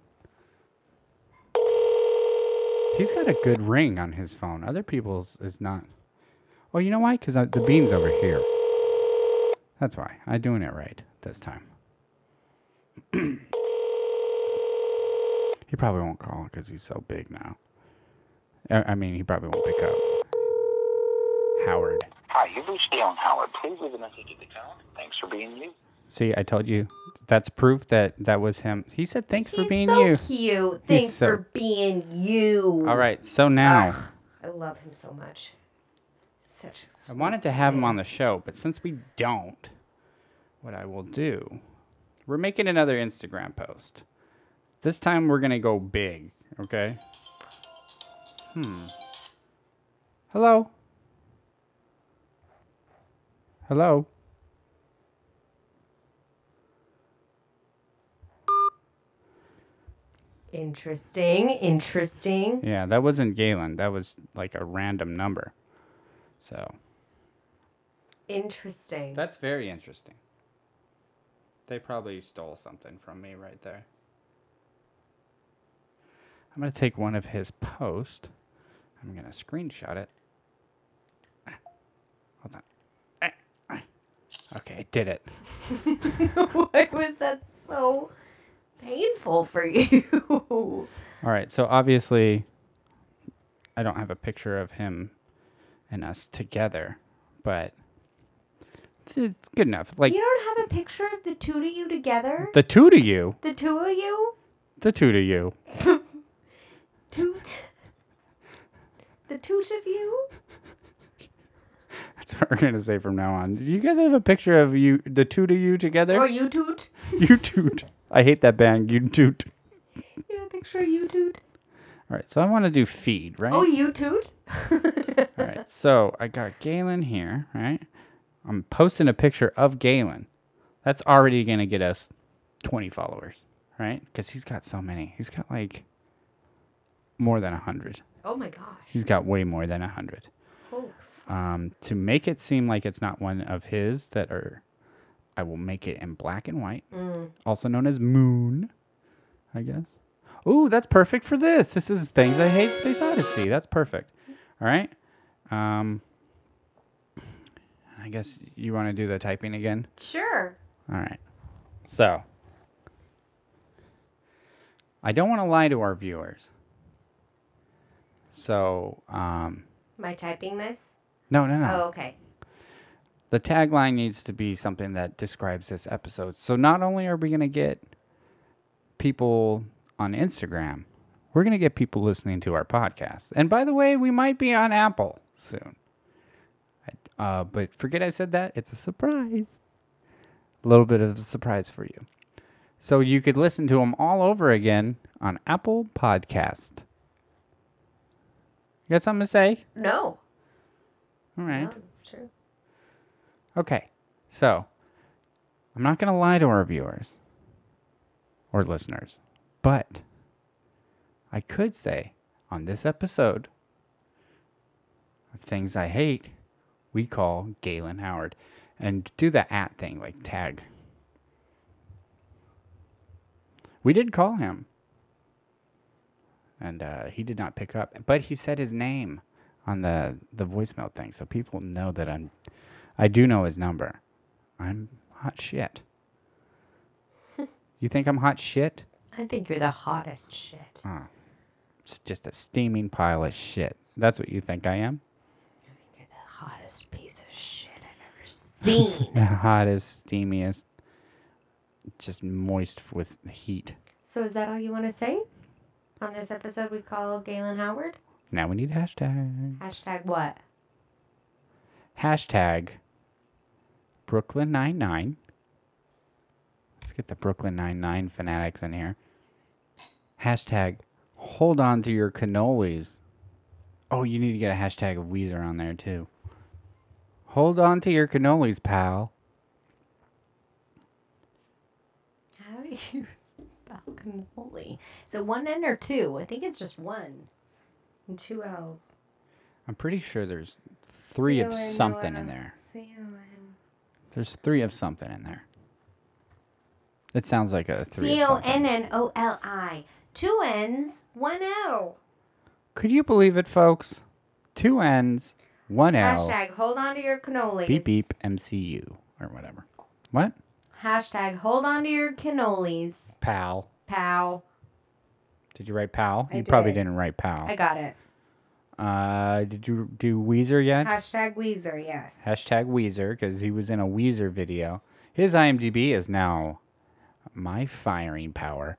Speaker 1: He's got a good ring on his phone. Other people's is not. Well, you know why? Because the bean's over here. That's why. I'm doing it right this time. he probably won't call because he's so big now. I I mean, he probably won't pick up. Howard.
Speaker 4: Hi, you've reached Galen Howard. Please leave a message at the tone. Thanks for being you.
Speaker 1: See, I told you. That's proof that that was him. He said, "Thanks for
Speaker 2: He's
Speaker 1: being
Speaker 2: so
Speaker 1: you."
Speaker 2: cute.
Speaker 1: He's
Speaker 2: Thanks
Speaker 1: so-
Speaker 2: for being you.
Speaker 1: All right. So now
Speaker 2: Ugh, I love him so much. Such a
Speaker 1: I wanted to have him on the show, but since we don't, what I will do, we're making another Instagram post. This time we're gonna go big. Okay. Hmm. Hello. Hello.
Speaker 2: interesting, interesting.
Speaker 1: Yeah, that wasn't Galen. That was like a random number. So.
Speaker 2: Interesting.
Speaker 1: That's very interesting. They probably stole something from me right there. I'm going to take one of his posts. I'm gonna screenshot it. Ah, Hold on. Ah, ah. Okay, I did it.
Speaker 2: Why was that so painful for you?
Speaker 1: All right, so obviously, I don't have a picture of him and us together, but it's, it's good enough. Like
Speaker 2: you don't have a picture of the two of you together?
Speaker 1: the two to you,
Speaker 2: The two of you?
Speaker 1: the two to you.
Speaker 2: Toot. The toot of you?
Speaker 1: That's what we're gonna say from now on. Do you guys have a picture of you, the two to you
Speaker 2: Or
Speaker 1: together?
Speaker 2: Oh, you toot?
Speaker 1: you toot. I hate that band. You toot.
Speaker 2: Yeah, picture of you toot.
Speaker 1: All right, so I want to do feed, right?
Speaker 2: Oh, you toot?
Speaker 1: All right, so I got Galen here, right? I'm posting a picture of Galen. That's already going to get us 20 followers, right? Because he's got so many. He's got like more than 100.
Speaker 2: oh my gosh.
Speaker 1: He's got way more than 100.
Speaker 2: Holy
Speaker 1: Um, to make it seem like it's not one of his that are, I will make it in black and white, also known as moon, I guess. Ooh, that's perfect for this. This is things I hate. Space Odyssey. That's perfect. All right. Um, I guess you want to do the typing again.
Speaker 2: Sure.
Speaker 1: All right. So, I don't want to lie to our viewers. So, um,
Speaker 2: Am I typing this?
Speaker 1: no, no, no.
Speaker 2: Oh, okay.
Speaker 1: the tagline needs to be something that describes this episode. So not only are we going to get people on Instagram, we're going to get people listening to our podcast. And by the way, we might be on Apple soon. I- Uh, but forget I said that. It's a surprise. A little bit of a surprise for you. So you could listen to them all over again on Apple Podcast. You got something to say?
Speaker 2: No.
Speaker 1: All right.
Speaker 2: No, that's true.
Speaker 1: Okay. So, I'm not going to lie to our viewers or listeners, but I could say on this episode of Things I Hate, we call Galen Howard and do the at thing, like tag. We did call him. And uh, he did not pick up, but he said his name on the, the voicemail thing, so people know that I'm I do know his number. I'm hot shit. you think I'm hot shit?
Speaker 2: I think you're the hottest shit.
Speaker 1: It's just a steaming pile of shit. That's what you think I am?
Speaker 2: You're the hottest piece of shit I've ever seen.
Speaker 1: The hottest, steamiest, just moist with heat.
Speaker 2: so is that all you want to say? On this episode, we call Galen Howard.
Speaker 1: Now we need hashtag.
Speaker 2: Hashtag what?
Speaker 1: Hashtag Brooklyn Nine Nine. Let's get the Brooklyn Nine Nine fanatics in here. Hashtag hold on to your cannolis. Oh, you need to get a hashtag of Weezer on there too. Hold on to your cannolis, pal.
Speaker 2: How do you spell cannoli? Is it one N or two? I think it's just one. And two L's.
Speaker 1: I'm pretty sure there's three of something in there.
Speaker 2: C-O-N.
Speaker 1: There's three of something in there. It sounds like a three. of something.
Speaker 2: C-O-N-N-O-L-I. Two N's, one L.
Speaker 1: Could you believe it, folks? Two N's, one L.
Speaker 2: Hashtag hold on to your cannolis.
Speaker 1: beep beep MCU or whatever. What?
Speaker 2: Hashtag hold on to your cannolis,
Speaker 1: Pal.
Speaker 2: pal.
Speaker 1: Did you write pal?
Speaker 2: I
Speaker 1: you probably
Speaker 2: did.
Speaker 1: didn't write pal.
Speaker 2: I got it.
Speaker 1: uh, did you do Weezer yet?
Speaker 2: Hashtag Weezer, yes.
Speaker 1: Hashtag Weezer because he was in a Weezer video. His IMDb is now my firing power.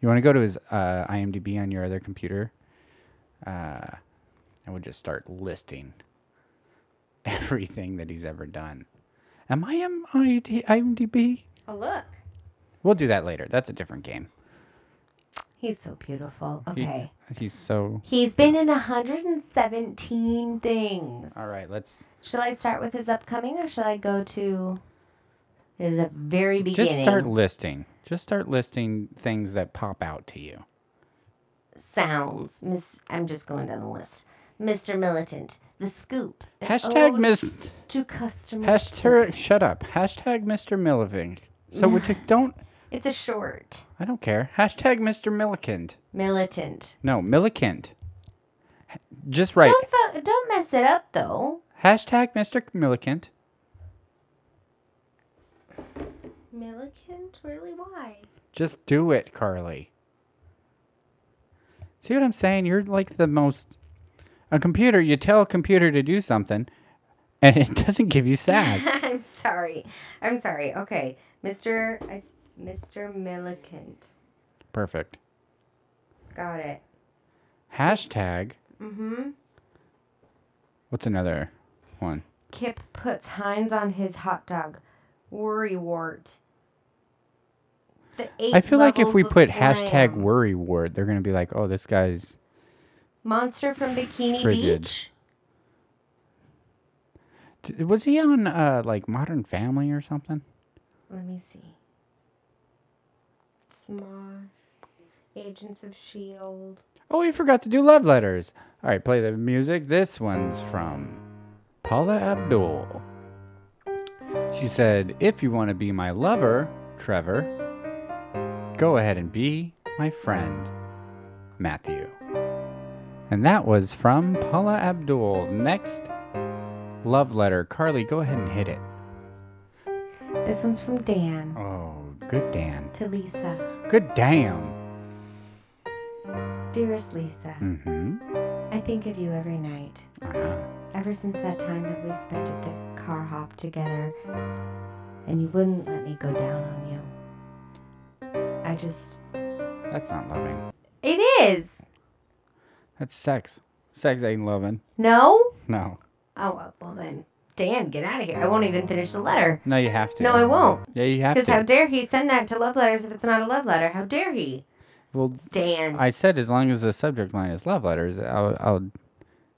Speaker 1: You want to go to his uh, IMDb on your other computer? Uh, and we'll just start listing everything that he's ever done. Am I on IMDb?
Speaker 2: oh, look.
Speaker 1: We'll do that later. That's a different game.
Speaker 2: He's so beautiful.
Speaker 1: He-
Speaker 2: Okay.
Speaker 1: he's so.
Speaker 2: He's been in 117 things.
Speaker 1: All right, let's
Speaker 2: Shall I start with his upcoming or shall I go to the very beginning?
Speaker 1: just start listing. Just start listing things that pop out to you.
Speaker 2: Sounds. Miss, I'm just going down the list. Mr. Militant, The Scoop. an
Speaker 1: Hashtag
Speaker 2: ode
Speaker 1: Miss.
Speaker 2: To customer
Speaker 1: Hashtag.
Speaker 2: service.
Speaker 1: Shut up. Hashtag Mr. Millivind. So we just don't.
Speaker 2: It's a short.
Speaker 1: I don't care. Hashtag Mr. Millikind.
Speaker 2: Militant.
Speaker 1: No, Millikind. just right.
Speaker 2: Don't fu- don't mess it up though.
Speaker 1: Hashtag Mr. Millicent.
Speaker 2: Millicent, really? Why?
Speaker 1: Just do it, Carly. See what I'm saying? You're like the most. A computer, you tell a computer to do something, and it doesn't give you sass.
Speaker 2: I'm sorry. I'm sorry. Okay, Mr. I s- Mr. Millicent.
Speaker 1: Perfect.
Speaker 2: Got it.
Speaker 1: Hashtag.
Speaker 2: Mm-hmm.
Speaker 1: What's another one?
Speaker 2: Kip puts Heinz on his hot dog. Worrywart. The eight
Speaker 1: I feel like if
Speaker 2: levels
Speaker 1: we
Speaker 2: of
Speaker 1: put hashtag
Speaker 2: slam.
Speaker 1: worry word, they're going to be like, oh, this guy's.
Speaker 2: monster from Bikini
Speaker 1: frigid.
Speaker 2: Beach.
Speaker 1: D- Was he on uh, like Modern Family or something?
Speaker 2: Let me see. Smosh. Agents of Shield.
Speaker 1: Oh, we forgot to do love letters. All right, play the music. This one's from Paula Abdul. She said, If you want to be my lover, Trevor, go ahead and be my friend, Matthew. And that was from Paula Abdul. Next love letter. Carly, go ahead and hit it.
Speaker 2: This one's from Dan
Speaker 1: Oh, good Dan.
Speaker 2: to Lisa.
Speaker 1: Good damn.
Speaker 2: Dearest Lisa,
Speaker 1: Mm hmm.
Speaker 2: I think of you every night.
Speaker 1: Uh-huh.
Speaker 2: Ever since that time that we spent at the car hop together, and you wouldn't let me go down on you. I just.
Speaker 1: That's not loving.
Speaker 2: It is!
Speaker 1: That's sex. Sex ain't loving.
Speaker 2: No?
Speaker 1: No.
Speaker 2: Oh, well then. Dan, get out of here. I won't even finish the letter.
Speaker 1: No, you have to.
Speaker 2: No, I won't.
Speaker 1: Yeah, you have
Speaker 2: Because
Speaker 1: to.
Speaker 2: how dare he send that to love letters if it's not a love letter? How dare he?
Speaker 1: well,
Speaker 2: Dan.
Speaker 1: I said as long as the subject line is love letters, I'll, I'll.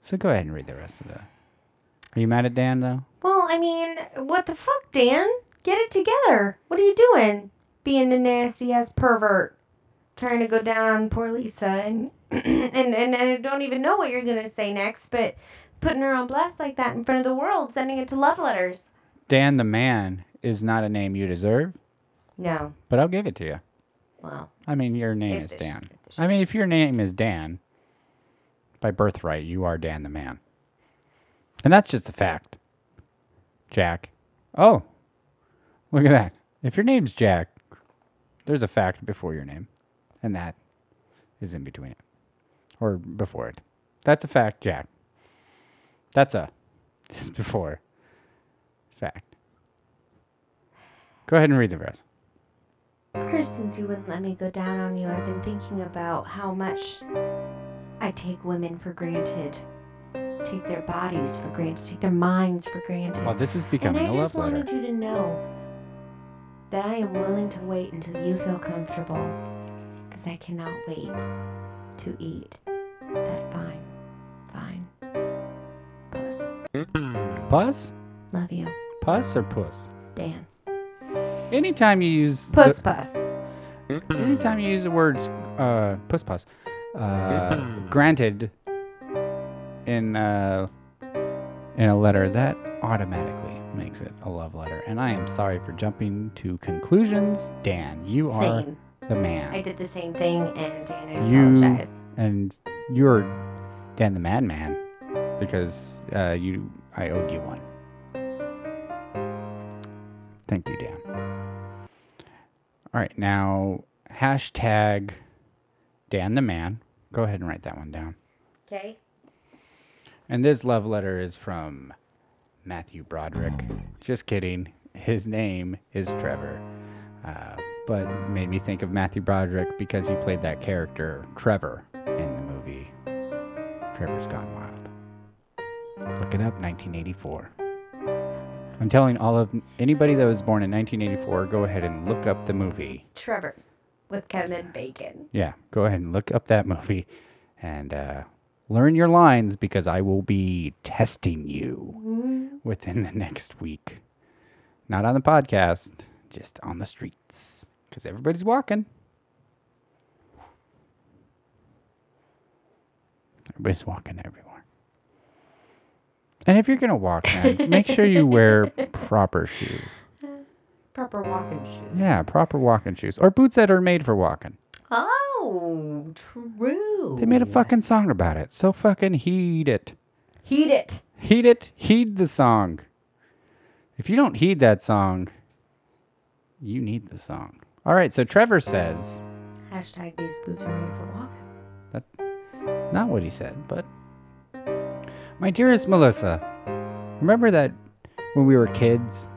Speaker 1: So go ahead and read the rest of the. Are you mad at Dan though?
Speaker 2: Well, I mean, what the fuck, Dan? Get it together. What are you doing? Being a nasty ass pervert. Trying to go down on poor Lisa and and, and and I don't even know what you're gonna say next, but putting her on blast like that in front of the world, sending it to love letters.
Speaker 1: Dan the man is not a name you deserve,
Speaker 2: No.
Speaker 1: but I'll give it to you.
Speaker 2: Well.
Speaker 1: I mean, your name
Speaker 2: If
Speaker 1: is
Speaker 2: the sh-
Speaker 1: Dan.
Speaker 2: if the sh-
Speaker 1: I mean, if your name is Dan, by birthright, you are Dan the man. And that's just a fact. Jack. Oh, look at that. If your name's Jack, there's a fact before your name, and that is in between it or before it. That's a fact, Jack. That's a just before fact. Go ahead and read the rest.
Speaker 2: Ever since you wouldn't let me go down on you, I've been thinking about how much I take women for granted. Take their bodies for granted, take their minds for granted.
Speaker 1: Oh, this is
Speaker 2: And
Speaker 1: becoming
Speaker 2: I
Speaker 1: a love
Speaker 2: just
Speaker 1: letter.
Speaker 2: wanted you to know that I am willing to wait until you feel comfortable because I cannot wait to eat that fine, fine puss.
Speaker 1: Puss?
Speaker 2: Love you,
Speaker 1: Puss or puss?
Speaker 2: Dan.
Speaker 1: Anytime you use
Speaker 2: Puss puss.
Speaker 1: The, anytime you use the words uh, puss puss, uh, granted in uh, in a letter that automatically makes it a love letter. And I am sorry for jumping to conclusions, Dan. You are
Speaker 2: Same.
Speaker 1: the
Speaker 2: I
Speaker 1: man,
Speaker 2: did the same thing, and Dan, I
Speaker 1: You-
Speaker 2: apologize.
Speaker 1: and you're Dan the Madman because uh, you I owed you one. Thank you, Dan. All right, now hashtag Dan the Man. Go ahead and write that one down.
Speaker 2: Okay.
Speaker 1: And this love letter is from Matthew Broderick. Just kidding. His name is Trevor. Uh, but made me think of Matthew Broderick because he played that character, Trevor, in the movie Trevor's Gone Wild. Look it up, 1984. I'm telling all of anybody that was born in 1984, go ahead and look up the movie.
Speaker 2: Trevor's with Kevin Bacon.
Speaker 1: Yeah, go ahead and look up that movie and uh, learn your lines because I will be testing you within the next week. Not on the podcast, just on the streets because everybody's walking. Everybody's walking everywhere. And if you're going to walk, man, make sure you wear proper shoes.
Speaker 2: Proper walking shoes.
Speaker 1: Yeah, proper walking shoes or boots that are made for walking.
Speaker 2: Oh, Oh, true.
Speaker 1: They made a fucking song about it. So fucking heed it.
Speaker 2: Heat it.
Speaker 1: Heed it. Heed the song. If you don't heed that song, you need the song. All right, so Trevor says,
Speaker 2: Hashtag these boots are made for walking.
Speaker 1: it's not what he said, but. My dearest Melissa, remember that when we were kids?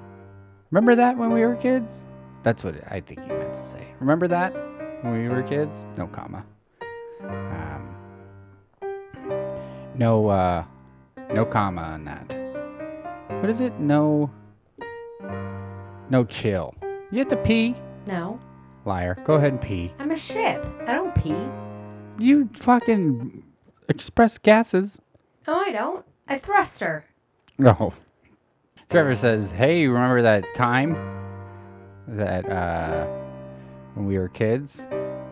Speaker 1: Remember that when we were kids? That's what I think he meant to say. Remember that when we were kids? No comma. Um, no, uh, no comma on that. What is it? No. No chill. You have to pee.
Speaker 2: No,
Speaker 1: Liar. Go ahead and pee.
Speaker 2: I'm a ship. I don't pee.
Speaker 1: You fucking express gases.
Speaker 2: No, Oh, I don't. I thrust her.
Speaker 1: No. Trevor says, "Hey, remember that time that uh, when we were kids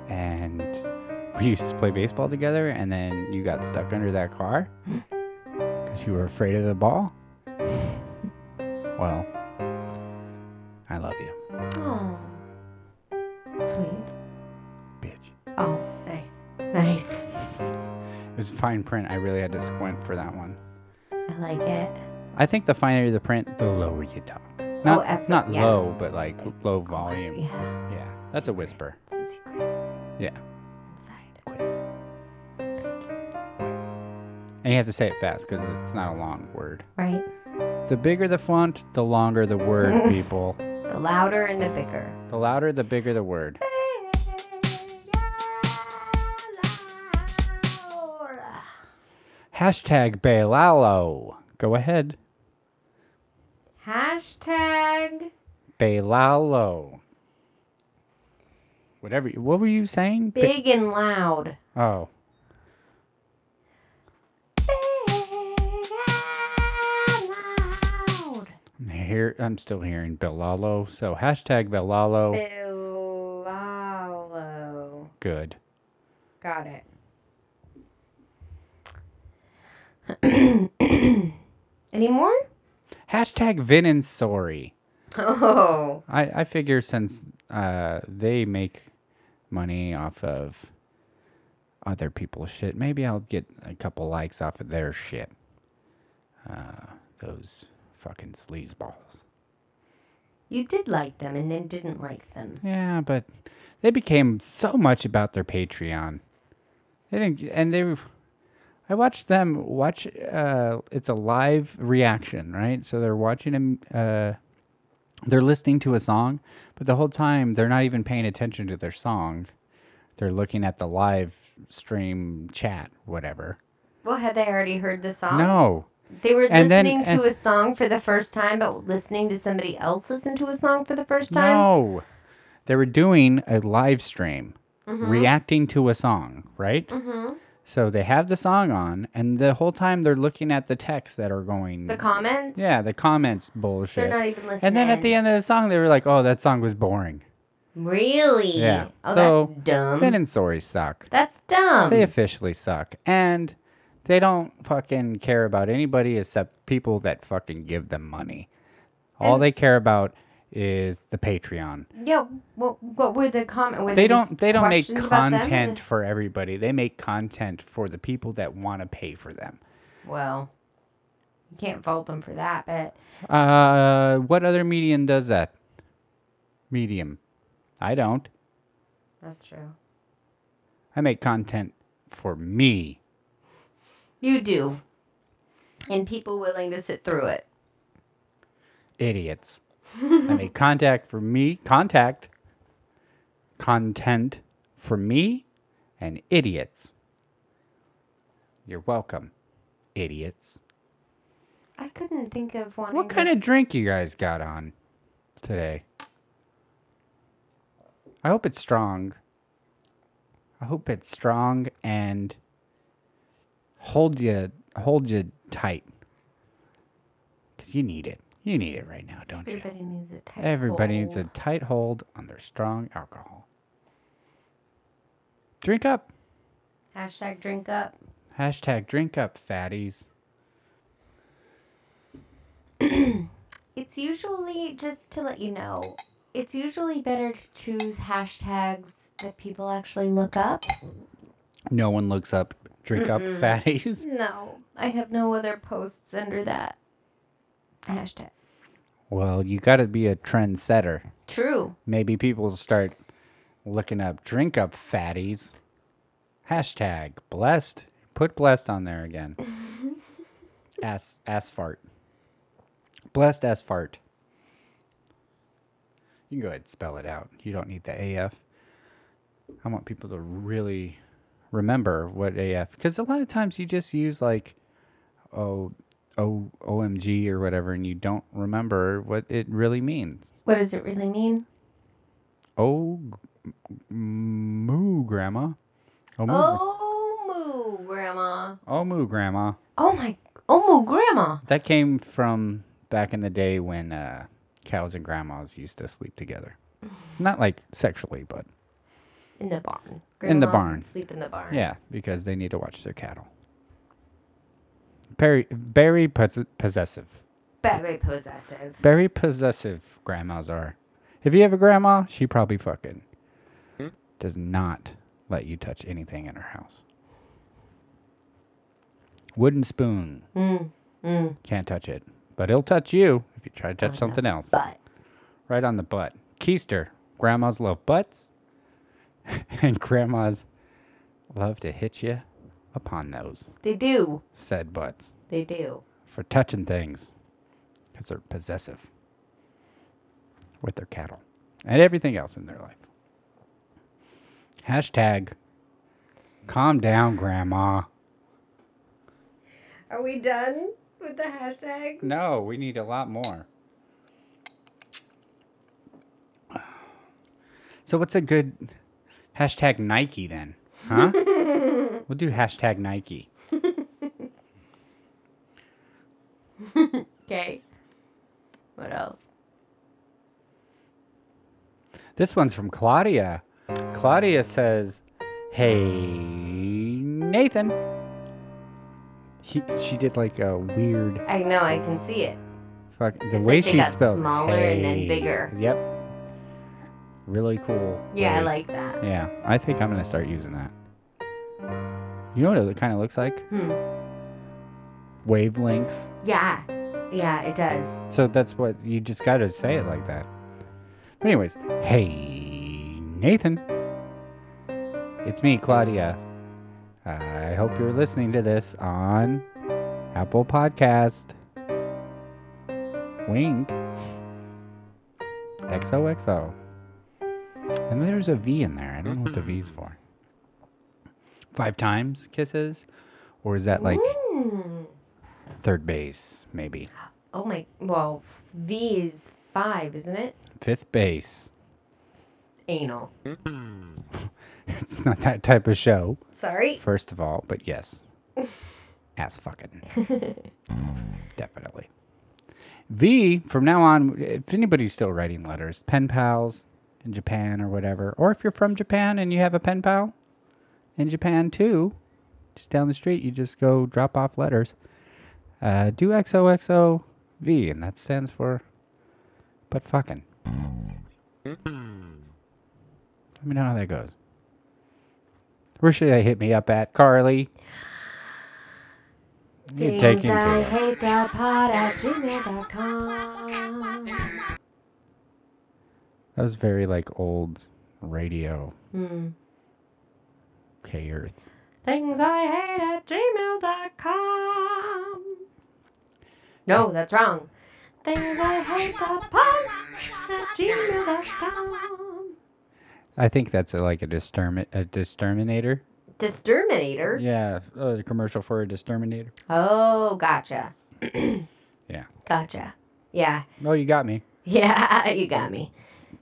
Speaker 1: and we used to play baseball together, and then you got stuck under that car because you were afraid of the ball? Well, I love you,
Speaker 2: Oh, sweet.
Speaker 1: bitch."
Speaker 2: Oh, nice. Nice.
Speaker 1: It was fine print. I really had to squint for that one.
Speaker 2: I like it.
Speaker 1: I think the finer the print, the lower you talk. Not
Speaker 2: absolute-
Speaker 1: not
Speaker 2: Oh, yeah.
Speaker 1: low, but like low volume.
Speaker 2: Yeah,
Speaker 1: Yeah, that's a whisper.
Speaker 2: it's a secret
Speaker 1: Yeah.
Speaker 2: inside.
Speaker 1: And you have to say it fast because it's not a long word.
Speaker 2: Right?
Speaker 1: The bigger the font, the longer the word, people.
Speaker 2: The louder and the bigger.
Speaker 1: The louder, the bigger the word. Hashtag Bailalo. Go ahead.
Speaker 2: Hashtag
Speaker 1: Bailalo. Whatever. you- What were you saying? Ba-
Speaker 2: big and loud.
Speaker 1: oh. I'm Here, I'm still hearing Bailalo. So hashtag Bailalo.
Speaker 2: Bilalo.
Speaker 1: Good.
Speaker 2: Got it. Any more?
Speaker 1: Hashtag Vin and Sorry.
Speaker 2: Oh,
Speaker 1: I, I figure since uh, they make money off of other people's shit, maybe I'll get a couple likes off of their shit. Uh, those fucking sleazeballs.
Speaker 2: you did like them and then didn't like them.
Speaker 1: Yeah, but they became so much about their Patreon. They didn't, and they. I watched them watch. Uh, it's a live reaction, right? So they're watching him. Uh, they're listening to a song, but the whole time they're not even paying attention to their song. They're looking at the live stream chat, whatever.
Speaker 2: Well, had they already heard the song?
Speaker 1: No,
Speaker 2: They were
Speaker 1: And then-
Speaker 2: listening
Speaker 1: and-
Speaker 2: to a song for the first time, but listening to somebody else listen to a song for the first time?
Speaker 1: no, they were doing a live stream, reacting to a song, right?
Speaker 2: Mm-hmm.
Speaker 1: So they have the song on, and the whole time they're looking at the texts that are going.
Speaker 2: The comments?
Speaker 1: yeah, the comments
Speaker 2: They're
Speaker 1: bullshit.
Speaker 2: not even listening.
Speaker 1: and then at the end of the song, they were like, "Oh, that song was boring."
Speaker 2: Really?
Speaker 1: Yeah.
Speaker 2: Oh,
Speaker 1: So,
Speaker 2: that's dumb.
Speaker 1: Finn and Sorry suck.
Speaker 2: that's dumb.
Speaker 1: They officially suck, and they don't fucking care about anybody except people that fucking give them money. All they care about is the Patreon.
Speaker 2: yeah. What, what were the comments? Were
Speaker 1: They
Speaker 2: there just
Speaker 1: don't. They don't make
Speaker 2: questions about them?
Speaker 1: content for everybody. They make content for the people that want to pay for them.
Speaker 2: Well, you can't fault them for that, but
Speaker 1: Uh, what other medium does that? Medium. I don't.
Speaker 2: that's true.
Speaker 1: I make content for me.
Speaker 2: You do. And people willing to sit through it.
Speaker 1: Idiots. I make contact for me. Contact. Content for me and idiots. You're welcome, idiots.
Speaker 2: I couldn't think of one.
Speaker 1: What kind of drink you guys got on today? I hope it's strong. I hope it's strong and hold you hold you tight. Cuz you need it. You need it right now, don't you?
Speaker 2: Everybody needs a type.
Speaker 1: Everybody needs a
Speaker 2: hold.
Speaker 1: tight hold on their strong alcohol. Drink up.
Speaker 2: Hashtag drink up.
Speaker 1: Hashtag drink up, fatties.
Speaker 2: It's usually just to let you know it's usually better to choose hashtags that people actually look up.
Speaker 1: No one looks up drink up fatties.
Speaker 2: No, I have no other posts under that hashtag.
Speaker 1: Well, you got to be a trendsetter.
Speaker 2: True.
Speaker 1: Maybe people will start looking up drink up fatties. Hashtag blessed. Put blessed on there again. ass ass fart. Blessed ass fart. You can go ahead and spell it out. You don't need the AF. I want people to really remember what AF because a lot of times you just use like oh O OMG or whatever and you don't remember what it really means.
Speaker 2: What does it really mean?
Speaker 1: Oh, g- m- moo, grandma. Oh, moo, gra-
Speaker 2: Oh, moo, grandma.
Speaker 1: oh, moo, grandma.
Speaker 2: Oh my, oh, moo, grandma.
Speaker 1: That came from back in the day when uh, cows and grandmas used to sleep together. Not like sexually, but
Speaker 2: In the barn.
Speaker 1: In the
Speaker 2: Grandmas
Speaker 1: barn.
Speaker 2: Sleep in the barn.
Speaker 1: yeah, because they need to watch their cattle. Very, very pos- possessive.
Speaker 2: Very possessive.
Speaker 1: Very possessive grandmas are. If you have a grandma, she probably fucking does not let you touch anything in her house. Wooden spoon.
Speaker 2: Mm,
Speaker 1: Can't touch it. But it'll touch you if you try to touch something else.
Speaker 2: But
Speaker 1: Right on the butt. Keister. Grandmas love butts. and grandmas love to hit you upon those
Speaker 2: they do.
Speaker 1: said butts
Speaker 2: They do.
Speaker 1: for touching things because they're possessive with their cattle and everything else in their life. Hashtag calm down, Grandma.
Speaker 2: Are we done with the hashtag?
Speaker 1: No, we need a lot more. So, what's a good hashtag Nike then? Huh? we'll do hashtag Nike.
Speaker 2: Okay. What else?
Speaker 1: This one's from Claudia. Claudia says, "Hey Nathan." He, she did like a weird
Speaker 2: I know. I can see it.
Speaker 1: fuck. The
Speaker 2: It's
Speaker 1: way
Speaker 2: like they
Speaker 1: she
Speaker 2: got
Speaker 1: spelled
Speaker 2: smaller and then bigger.
Speaker 1: Yep. Really cool.
Speaker 2: Yeah, I
Speaker 1: way.
Speaker 2: like that.
Speaker 1: Yeah, I think I'm gonna start using that. You know what it kind of looks like?
Speaker 2: Hmm.
Speaker 1: Wavelengths.
Speaker 2: Yeah. Yeah, it does.
Speaker 1: So that's what you just got to say it like that. But anyways, hey Nathan, it's me Claudia. I hope you're listening to this on Apple Podcast. Wink. XOXO. And there's a V in there. I don't know what the V's for. Five times kisses, or is that like
Speaker 2: Hmm.
Speaker 1: third base? Maybe
Speaker 2: Oh my. Well, V is five, isn't it?
Speaker 1: fifth base.
Speaker 2: Anal.
Speaker 1: It's not that type of show,
Speaker 2: Sorry.
Speaker 1: first of all, but yes. Ass fucking. Definitely. V, from now on, if anybody's still writing letters, pen pals in Japan or whatever, or if you're from Japan and you have a pen pal in Japan too, just down the street, you just go drop off letters. Uh, do XOXO V, and that stands for but fucking. Let me know how that goes. Where should I hit me up at, Carly? You're
Speaker 2: Things
Speaker 1: taking too
Speaker 2: I
Speaker 1: long.
Speaker 2: hate dot pod at gmail.com.
Speaker 1: That was very like old radio.
Speaker 2: Hmm.
Speaker 1: K Earth.
Speaker 2: Things I hate at gmail.com. No, that's wrong. Things I hate dot pod at gmail.com.
Speaker 1: I think that's a, like a distermin a disterminator.
Speaker 2: Disterminator?
Speaker 1: Yeah, a commercial for a disterminator.
Speaker 2: Oh, gotcha.
Speaker 1: Yeah.
Speaker 2: Gotcha. Yeah.
Speaker 1: Oh, you got me.
Speaker 2: Yeah, you got me.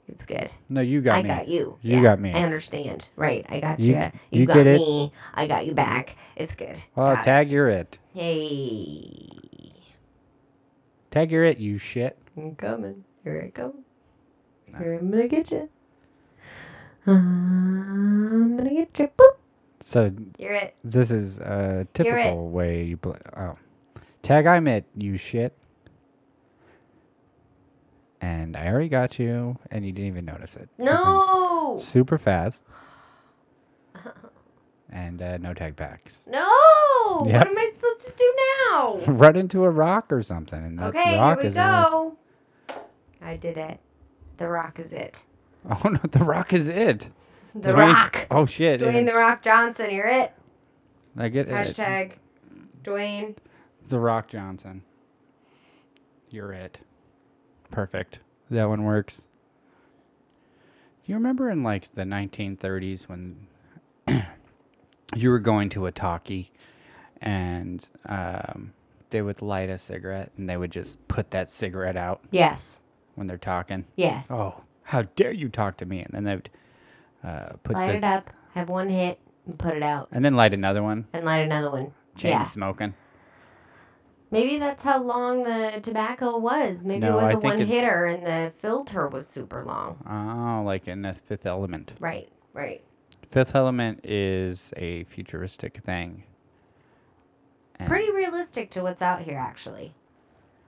Speaker 2: It's good.
Speaker 1: No, you got
Speaker 2: I
Speaker 1: me.
Speaker 2: got you.
Speaker 1: You
Speaker 2: Yeah,
Speaker 1: got me.
Speaker 2: I understand. Right. I got
Speaker 1: You-
Speaker 2: you. You,
Speaker 1: you
Speaker 2: got
Speaker 1: get it?
Speaker 2: me. I got you back. It's good.
Speaker 1: Well,
Speaker 2: Got it.
Speaker 1: tag your it.
Speaker 2: Hey.
Speaker 1: Tag your it, you shit.
Speaker 2: I'm coming. Here I come. Here I'm gonna get you. I'm gonna get you. Boop.
Speaker 1: So
Speaker 2: You're it.
Speaker 1: this is a
Speaker 2: You're right.
Speaker 1: typical way you bl- oh. Tag I'm it, you shit. and I already got you, and you didn't even notice it. 'cause I'm
Speaker 2: No.
Speaker 1: Super fast. And uh, no tag packs.
Speaker 2: No.
Speaker 1: Yep.
Speaker 2: What am I supposed to do now?
Speaker 1: Run into a rock or something. And that
Speaker 2: okay, here
Speaker 1: rock
Speaker 2: we
Speaker 1: is enough-
Speaker 2: go. I did it. The Rock is it.
Speaker 1: Oh no, the rock is it.
Speaker 2: The
Speaker 1: Dwayne-
Speaker 2: Rock.
Speaker 1: Oh shit.
Speaker 2: Dwayne
Speaker 1: it-
Speaker 2: the Rock Johnson, you're it.
Speaker 1: I get it.
Speaker 2: Hashtag Dwayne.
Speaker 1: The Rock Johnson. You're it. Perfect. That one works. Do you remember in like the 1930s when you were going to a talkie and um, they would light a cigarette and they would just put that cigarette out
Speaker 2: Yes.
Speaker 1: when they're talking?
Speaker 2: Yes.
Speaker 1: Oh, how dare you talk to me? And then they would uh, put
Speaker 2: light
Speaker 1: the,
Speaker 2: it up, have one hit, and put it out,
Speaker 1: and then light another one.
Speaker 2: and light another one.
Speaker 1: Chain
Speaker 2: yeah.
Speaker 1: smoking.
Speaker 2: Maybe that's how long the tobacco was. Maybe
Speaker 1: No,
Speaker 2: it was
Speaker 1: I
Speaker 2: a
Speaker 1: think
Speaker 2: one
Speaker 1: it's-
Speaker 2: hitter and the filter was super long.
Speaker 1: Oh, like in the fifth element.
Speaker 2: Right, right.
Speaker 1: Fifth Element is a futuristic thing. And-
Speaker 2: Pretty realistic to what's out here, actually.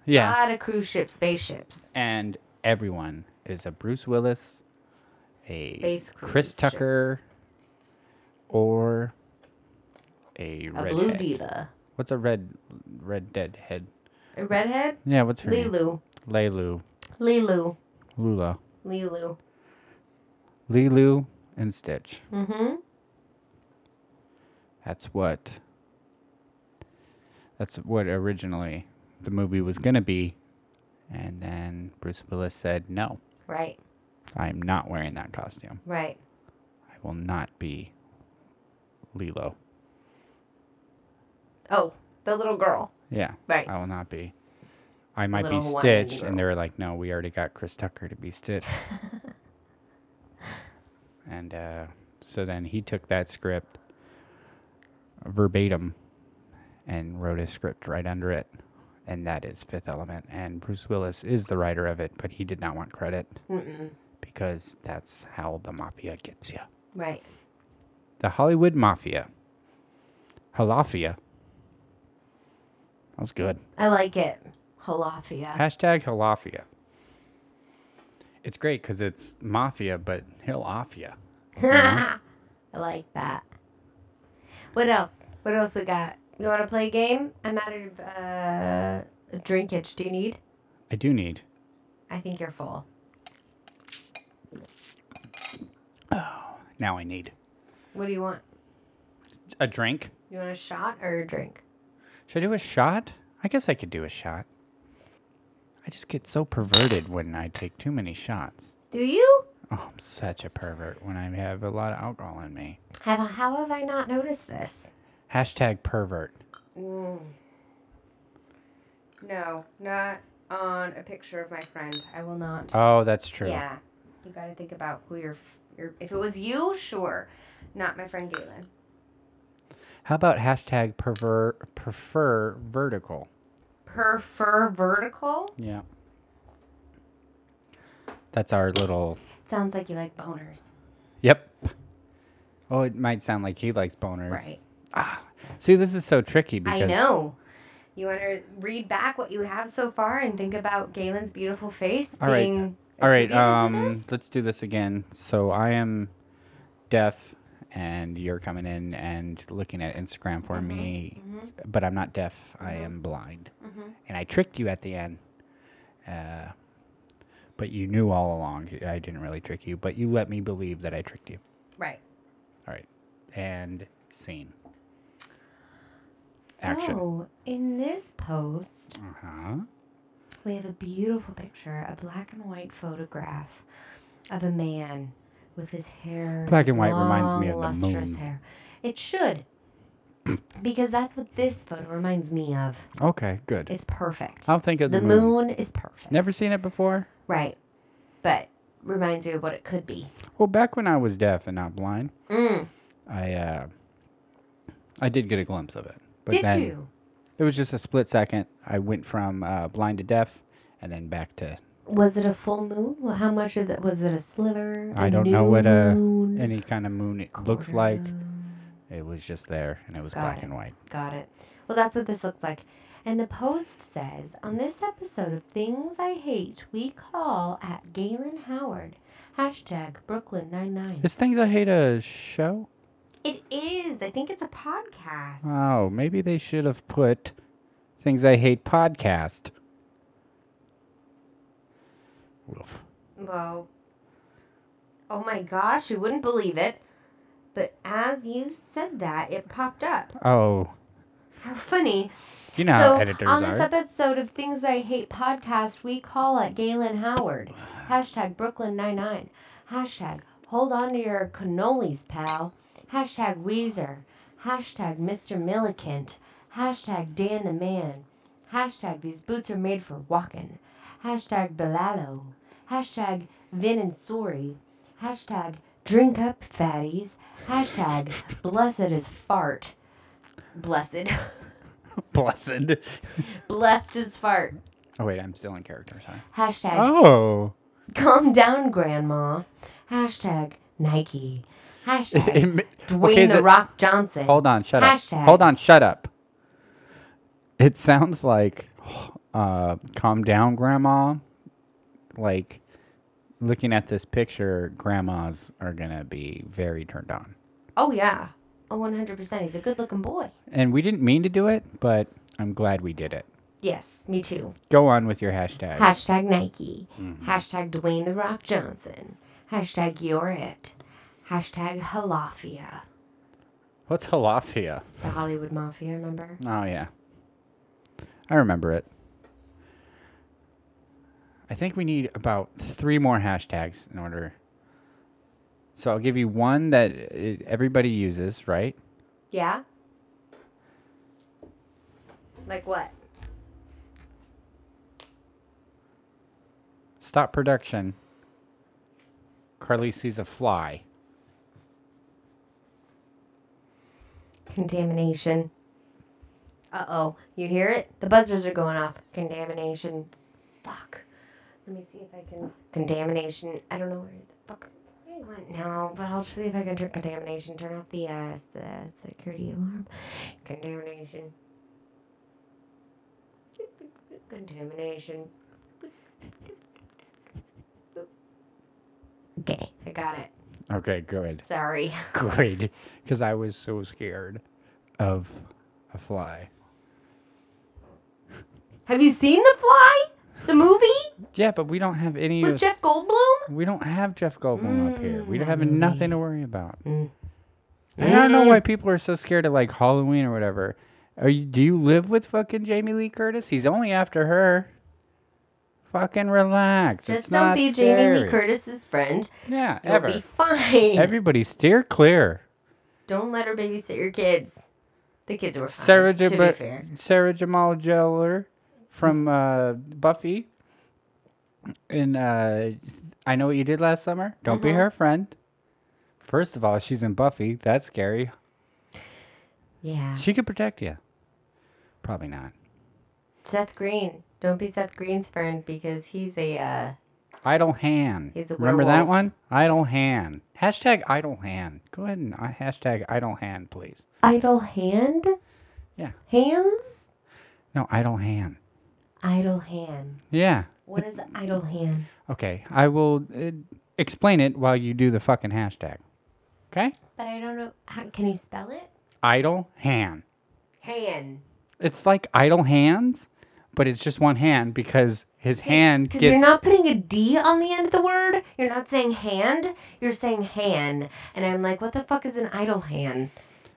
Speaker 2: A
Speaker 1: Yeah.
Speaker 2: lot of cruise ships, spaceships.
Speaker 1: and everyone is a Bruce Willis, a
Speaker 2: Space
Speaker 1: Chris
Speaker 2: cruise
Speaker 1: Tucker, or a,
Speaker 2: A
Speaker 1: red
Speaker 2: blue
Speaker 1: head.
Speaker 2: diva.
Speaker 1: What's a red red dead head?
Speaker 2: A redhead?
Speaker 1: Yeah, what's her name?
Speaker 2: Lilu.
Speaker 1: Leilu.
Speaker 2: Lilu.
Speaker 1: Lula.
Speaker 2: Lilu.
Speaker 1: Lilu and Stitch.
Speaker 2: Mm-hmm.
Speaker 1: That's what That's what originally the movie was gonna be. And then Bruce Willis said no.
Speaker 2: Right,
Speaker 1: I'm not wearing that costume.
Speaker 2: right.
Speaker 1: I will not be Lilo.
Speaker 2: Oh, the little girl.
Speaker 1: Yeah.
Speaker 2: Right.
Speaker 1: I will not be. I might be
Speaker 2: little Hawaiian
Speaker 1: Stitch. And they were like, no, we already got Chris Tucker to be Stitch. and uh, so then he took that script verbatim and wrote a script right under it. And that is Fifth Element. And Bruce Willis is the writer of it, but he did not want credit
Speaker 2: Mm-mm.
Speaker 1: because that's how the mafia gets you.
Speaker 2: Right.
Speaker 1: The Hollywood Mafia. Halafia. That was good.
Speaker 2: I like it. Halafia.
Speaker 1: Hashtag Halafia. It's great because it's mafia, but Hilafia.
Speaker 2: I like that. What else? What else we got? You want to play a game? I'm out of uh, drinkage. Do you need?
Speaker 1: I do need.
Speaker 2: I think you're full.
Speaker 1: Now I need
Speaker 2: What do you want?
Speaker 1: a drink.
Speaker 2: You want a shot or a drink?
Speaker 1: Should I do a shot? I guess I could do a shot. I just get so perverted when I take too many shots.
Speaker 2: Do you?
Speaker 1: Oh, I'm such a pervert when I have a lot of alcohol in me.
Speaker 2: Have, how have I not noticed this?
Speaker 1: Hashtag pervert.
Speaker 2: No, not on a picture of my friend. I will not.
Speaker 1: Oh, that's true.
Speaker 2: yeah. You got to think about who your, f- your. If it was you, sure. Not my friend Galen.
Speaker 1: How about hashtag perver prefer vertical?
Speaker 2: Prefer vertical?
Speaker 1: Yeah. That's our little.
Speaker 2: Sounds like you like boners.
Speaker 1: Yep. Oh, it might sound like he likes boners.
Speaker 2: Right.
Speaker 1: See, this is so tricky because
Speaker 2: I know. You want to read back what you have so far and think about Galen's beautiful face
Speaker 1: All right.
Speaker 2: being.
Speaker 1: All right,
Speaker 2: attributed to
Speaker 1: um,
Speaker 2: this?
Speaker 1: let's do this again. So I am deaf, and you're coming in and looking at Instagram for me, but I'm not deaf. I am blind, and I tricked you at the end. Uh, but you knew all along. I didn't really trick you, but you let me believe that I tricked you.
Speaker 2: Right.
Speaker 1: All right, and scene.
Speaker 2: So,
Speaker 1: Action.
Speaker 2: in this post,
Speaker 1: Uh huh.
Speaker 2: we have a beautiful picture, a black and white photograph of a man with his hair.
Speaker 1: Black
Speaker 2: his
Speaker 1: and white reminds me
Speaker 2: long,
Speaker 1: of the
Speaker 2: lustrous
Speaker 1: moon.
Speaker 2: hair. It should. because that's what this photo reminds me of.
Speaker 1: Okay, good.
Speaker 2: It's perfect.
Speaker 1: I'll think of the,
Speaker 2: the moon is perfect.
Speaker 1: Never seen it before.
Speaker 2: Right. But reminds you of what it could be.
Speaker 1: Well, back when I was deaf and not blind,
Speaker 2: Mm.
Speaker 1: I uh, I did get a glimpse of it. But
Speaker 2: Did
Speaker 1: then
Speaker 2: you?
Speaker 1: It was just a split second. I went from uh, blind to deaf, and then back to
Speaker 2: Was it a full moon? Wha- How much of that was it a sliver? I
Speaker 1: I don't know what a
Speaker 2: moon,
Speaker 1: any kind of moon it looks
Speaker 2: quarter
Speaker 1: like.
Speaker 2: moon?
Speaker 1: It was just there, and it was
Speaker 2: Got
Speaker 1: black
Speaker 2: it.
Speaker 1: and white.
Speaker 2: Got it. Well, that's what this looks like. And the post says on this episode of Things I Hate, we call at Galen Howard. Hashtag Brooklyn 99.
Speaker 1: Is Things I Hate a show?
Speaker 2: It is. I think it's a podcast.
Speaker 1: Oh, maybe they should have put Things I Hate podcast. Woof.
Speaker 2: Well, oh my gosh, you wouldn't believe it. But as you said that, it popped up.
Speaker 1: Oh,
Speaker 2: How funny.
Speaker 1: you know how
Speaker 2: so
Speaker 1: editors
Speaker 2: on this
Speaker 1: are.
Speaker 2: episode of Things I Hate podcast, we call at Galen Howard. Hashtag Brooklyn 99. Hashtag hold on to your cannolis, pal. Hashtag Weezer. Hashtag Mr. Millicent. Hashtag Dan the Man. Hashtag these boots are made for walking. Hashtag Bilalo. Hashtag Vin and Sori. Hashtag drink up fatties. Hashtag blessed as fart. Blessed.
Speaker 1: Blessed.
Speaker 2: Blessed as fart.
Speaker 1: Oh, wait, I'm still in character. Sorry.
Speaker 2: Hashtag
Speaker 1: Oh,
Speaker 2: calm down, grandma. Hashtag Nike.
Speaker 1: It
Speaker 2: Hashtag
Speaker 1: ma-
Speaker 2: Dwayne
Speaker 1: okay,
Speaker 2: the,
Speaker 1: the-
Speaker 2: Rock Johnson.
Speaker 1: hold on, shut
Speaker 2: Hashtag.
Speaker 1: up. Hold on, shut up. It sounds like uh, calm down, Grandma. Like, looking at this picture, grandmas are going to be very turned on.
Speaker 2: Oh, yeah. Oh, 100%. He's a good looking boy.
Speaker 1: And we didn't mean to do it, but I'm glad we did it.
Speaker 2: Yes, me too.
Speaker 1: Go on with your hashtag.
Speaker 2: Hashtag Nike.
Speaker 1: Mm-hmm.
Speaker 2: Hashtag Dwayne the Rock Johnson. Hashtag You're It. Hashtag Halafia.
Speaker 1: What's halafia?
Speaker 2: The Hollywood Mafia, remember?
Speaker 1: Oh yeah, I remember it. I think we need about three more hashtags in order. So I'll give you one that uh, everybody uses, right?
Speaker 2: Yeah? Like what?
Speaker 1: Stop production. Carly sees a fly.
Speaker 2: Contamination. Uh oh. You hear it? The buzzers are going off. Contamination. Fuck. Let me see if I can. Contamination. I don't know where the fuck I went now, but I'll see if I can turn contamination. Turn off the uh, s- the security alarm. Contamination. Contamination. Okay, I got it.
Speaker 1: Okay, good,
Speaker 2: Sorry.
Speaker 1: good, because I was so scared of a fly.
Speaker 2: Have you seen The Fly? The movie?
Speaker 1: Yeah, but we don't have any.
Speaker 2: with
Speaker 1: of-
Speaker 2: Jeff Goldblum?
Speaker 1: We don't have Jeff Goldblum up here. We don't
Speaker 2: Mm, that
Speaker 1: have nothing to worry about.
Speaker 2: Mm.
Speaker 1: And I don't know why people are so scared of like Halloween or whatever. Are you, do you live with fucking Jamie Lee Curtis? He's only after her. Fucking relax.
Speaker 2: Just
Speaker 1: It's
Speaker 2: don't
Speaker 1: not
Speaker 2: be Jamie Lee
Speaker 1: scary.
Speaker 2: Curtis's friend.
Speaker 1: Yeah,
Speaker 2: You'll
Speaker 1: ever.
Speaker 2: be fine.
Speaker 1: Everybody steer clear.
Speaker 2: don't let her babysit your kids. The kids were fine.
Speaker 1: Sarah,
Speaker 2: Uh, to
Speaker 1: Jaba-
Speaker 2: be fair.
Speaker 1: Sarah Jamal Geller from uh, Buffy. And uh, I know what you did last summer. Don't be
Speaker 2: Mm-hmm.
Speaker 1: her friend. First of all, she's in Buffy. That's scary.
Speaker 2: Yeah.
Speaker 1: She could protect you. Probably not.
Speaker 2: Seth Green. Don't be Seth Green's friend because he's a uh,
Speaker 1: Idle hand.
Speaker 2: He's a
Speaker 1: Remember that
Speaker 2: werewolf.
Speaker 1: one? Idle hand. Hashtag idle hand. Go ahead and uh, hashtag idle hand, please.
Speaker 2: idle hand.
Speaker 1: Yeah.
Speaker 2: Hands.
Speaker 1: No, idle hand.
Speaker 2: Idle hand.
Speaker 1: Yeah.
Speaker 2: What is idle hand?
Speaker 1: Okay. I will uh, explain it while you do the fucking hashtag. Okay?
Speaker 2: But I don't know. How, can you spell it?
Speaker 1: Idle hand.
Speaker 2: Hand.
Speaker 1: It's like idle hands, but it's just one hand because his hand
Speaker 2: Because you're
Speaker 1: gets.
Speaker 2: not putting a D on the end of the word. You're not saying hand. You're saying han. And I'm like, what the fuck is an idle hand?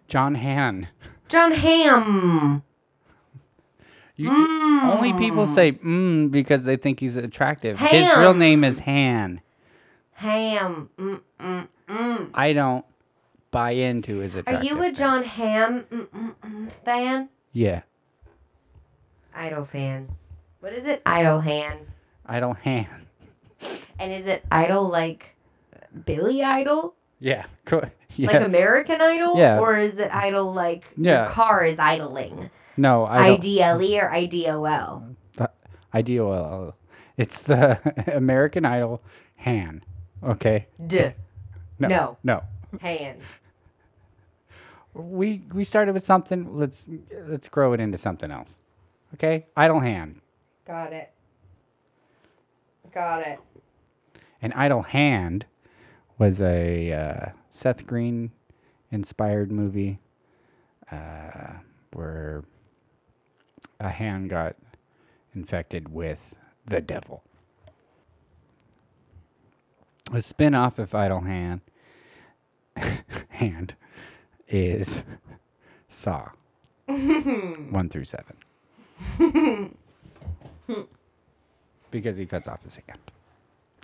Speaker 1: John Han.
Speaker 2: John Ham.
Speaker 1: You, Only people say mm because they think he's attractive. His
Speaker 2: Ham.
Speaker 1: real name is Han.
Speaker 2: Ham. Mm, mm, mm.
Speaker 1: I don't buy into his
Speaker 2: Are
Speaker 1: attractiveness.
Speaker 2: you a John Ham mm, mm, mm, fan?
Speaker 1: Yeah.
Speaker 2: Idle fan. What is it? Idle hand.
Speaker 1: Idle hand.
Speaker 2: And is it idol like Billy Idol?
Speaker 1: Yeah. Cool. Yeah.
Speaker 2: Like American Idol?
Speaker 1: Yeah.
Speaker 2: Or is it idol like
Speaker 1: Yeah.
Speaker 2: your car is idling?
Speaker 1: no, I don't. Uh,
Speaker 2: IDLE E or IDOL?
Speaker 1: IDOL. It's the American Idol hand. Okay.
Speaker 2: Duh.
Speaker 1: No.
Speaker 2: No.
Speaker 1: No.
Speaker 2: Hand.
Speaker 1: We we started with something. Let's let's grow it into something else. Okay? Idle hand.
Speaker 2: Got it. Got it.
Speaker 1: An Idle Hand was a uh, Seth Green inspired movie uh, where a hand got infected with the devil. A spin off of Idle Hand hand is Saw 1 through 7. because he cuts off his hand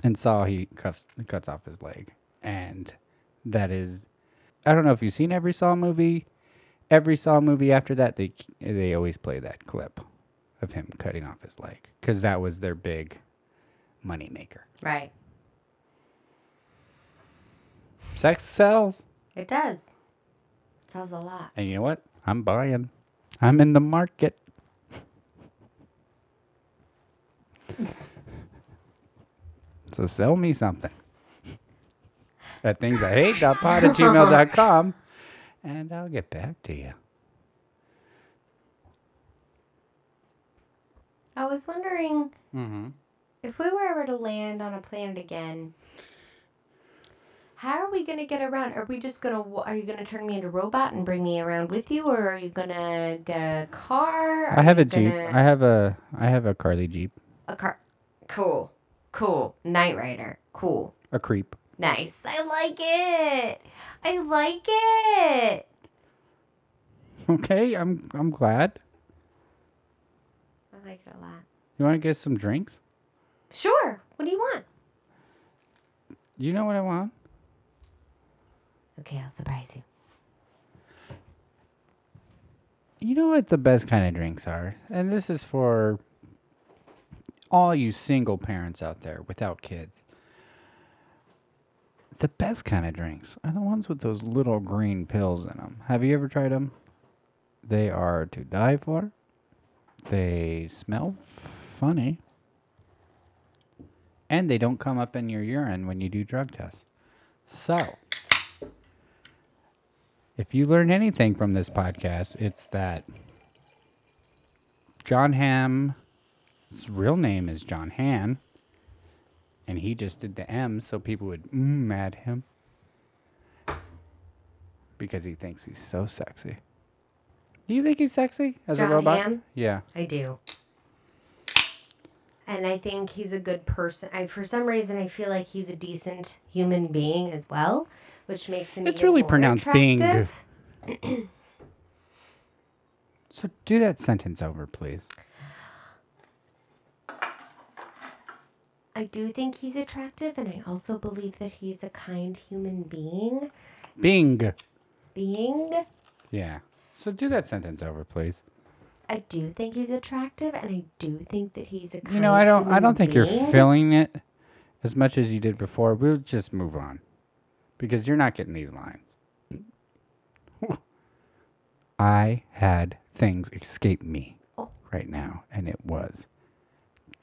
Speaker 1: and saw he cuffs, cuts off his leg. And that is, I don't know if you've seen every Saw movie. Every Saw movie after that, they they always play that clip of him cutting off his leg because that was their big money maker.
Speaker 2: Right.
Speaker 1: Sex sells,
Speaker 2: It does. It sells a lot.
Speaker 1: and you know what? I'm buying. I'm in the market. so sell me something. At things I hate pot at gmail.com and I'll get back to you.
Speaker 2: I was wondering
Speaker 1: Mm-hmm.
Speaker 2: if we were ever to land on a planet again. How are we gonna get around? Are we just gonna? wa- Are you gonna turn me into a robot and bring me around with you, or are you gonna get a car?
Speaker 1: I
Speaker 2: Are
Speaker 1: have
Speaker 2: you
Speaker 1: a Jeep. I
Speaker 2: gonna-
Speaker 1: have a I have a Carly Jeep.
Speaker 2: A car. Cool. Cool. Knight Rider. Cool.
Speaker 1: A creep.
Speaker 2: Nice. I like it. I like it.
Speaker 1: Okay, I'm I'm glad.
Speaker 2: I like it a lot.
Speaker 1: You wanna get some drinks?
Speaker 2: Sure. What do you want?
Speaker 1: You know what I want?
Speaker 2: Okay, I'll surprise you.
Speaker 1: You know what the best kind of drinks are? And this is for all you single parents out there without kids. The best kind of drinks are the ones with those little green pills in them. Have you ever tried them? They are to die for. They smell funny. And they don't come up in your urine when you do drug tests. So, if you learn anything from this podcast, it's that John Ham's real name is John Han, and he just did the M so people would mm at him because he thinks he's so sexy. Do you think he's sexy as
Speaker 2: John
Speaker 1: a robot?
Speaker 2: Hamm?
Speaker 1: Yeah.
Speaker 2: I do. And I think he's a good person. I for some reason I feel like he's a decent human being as well, which makes him.
Speaker 1: It's
Speaker 2: even
Speaker 1: really
Speaker 2: more
Speaker 1: pronounced being.
Speaker 2: attractive.
Speaker 1: So do that sentence over, please.
Speaker 2: I do think he's attractive, and I also believe that he's a kind human being.
Speaker 1: Bing.
Speaker 2: Being,
Speaker 1: Yeah. So do that sentence over, please.
Speaker 2: I do think he's attractive, and I do think that he's a kind.
Speaker 1: You know, I don't I
Speaker 2: human
Speaker 1: don't think
Speaker 2: being.
Speaker 1: you're feeling it as much as you did before. We'll just move on. Because you're not getting these lines. I had things escape me
Speaker 2: Oh.
Speaker 1: right now, and it was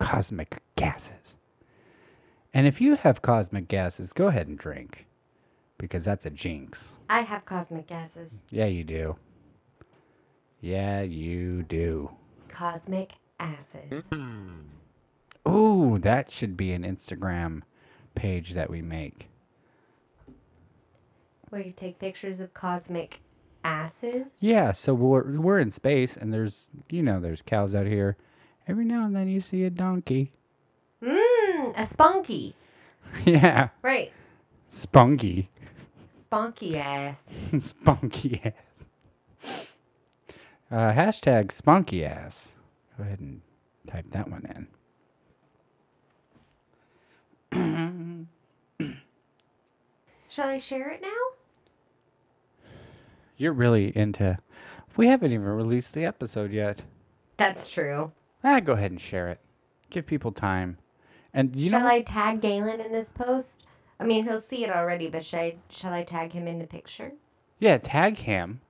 Speaker 1: cosmic gases. And if you have cosmic gases, go ahead and drink. Because that's a jinx.
Speaker 2: I have cosmic gases.
Speaker 1: Yeah, you do. Yeah, you do.
Speaker 2: Cosmic asses.
Speaker 1: Ooh, that should be an Instagram page that we make.
Speaker 2: Where you take pictures of cosmic asses.
Speaker 1: Yeah, so we're we're in space and there's you know there's cows out here. Every now and then you see a donkey.
Speaker 2: Mmm, a spunky.
Speaker 1: yeah,
Speaker 2: Right.
Speaker 1: spunky,
Speaker 2: Spunky ass.
Speaker 1: spunky ass. Uh, hashtag spunky ass. Go ahead and type that one in.
Speaker 2: Shall I share it now?
Speaker 1: You're really into. We haven't even released the episode yet.
Speaker 2: That's true.
Speaker 1: Ah, go ahead and share it. Give people time. And you
Speaker 2: shall
Speaker 1: know,
Speaker 2: I tag Galen in this post? I mean, he'll see it already, but should I, shall I tag him in the picture?
Speaker 1: Yeah, tag him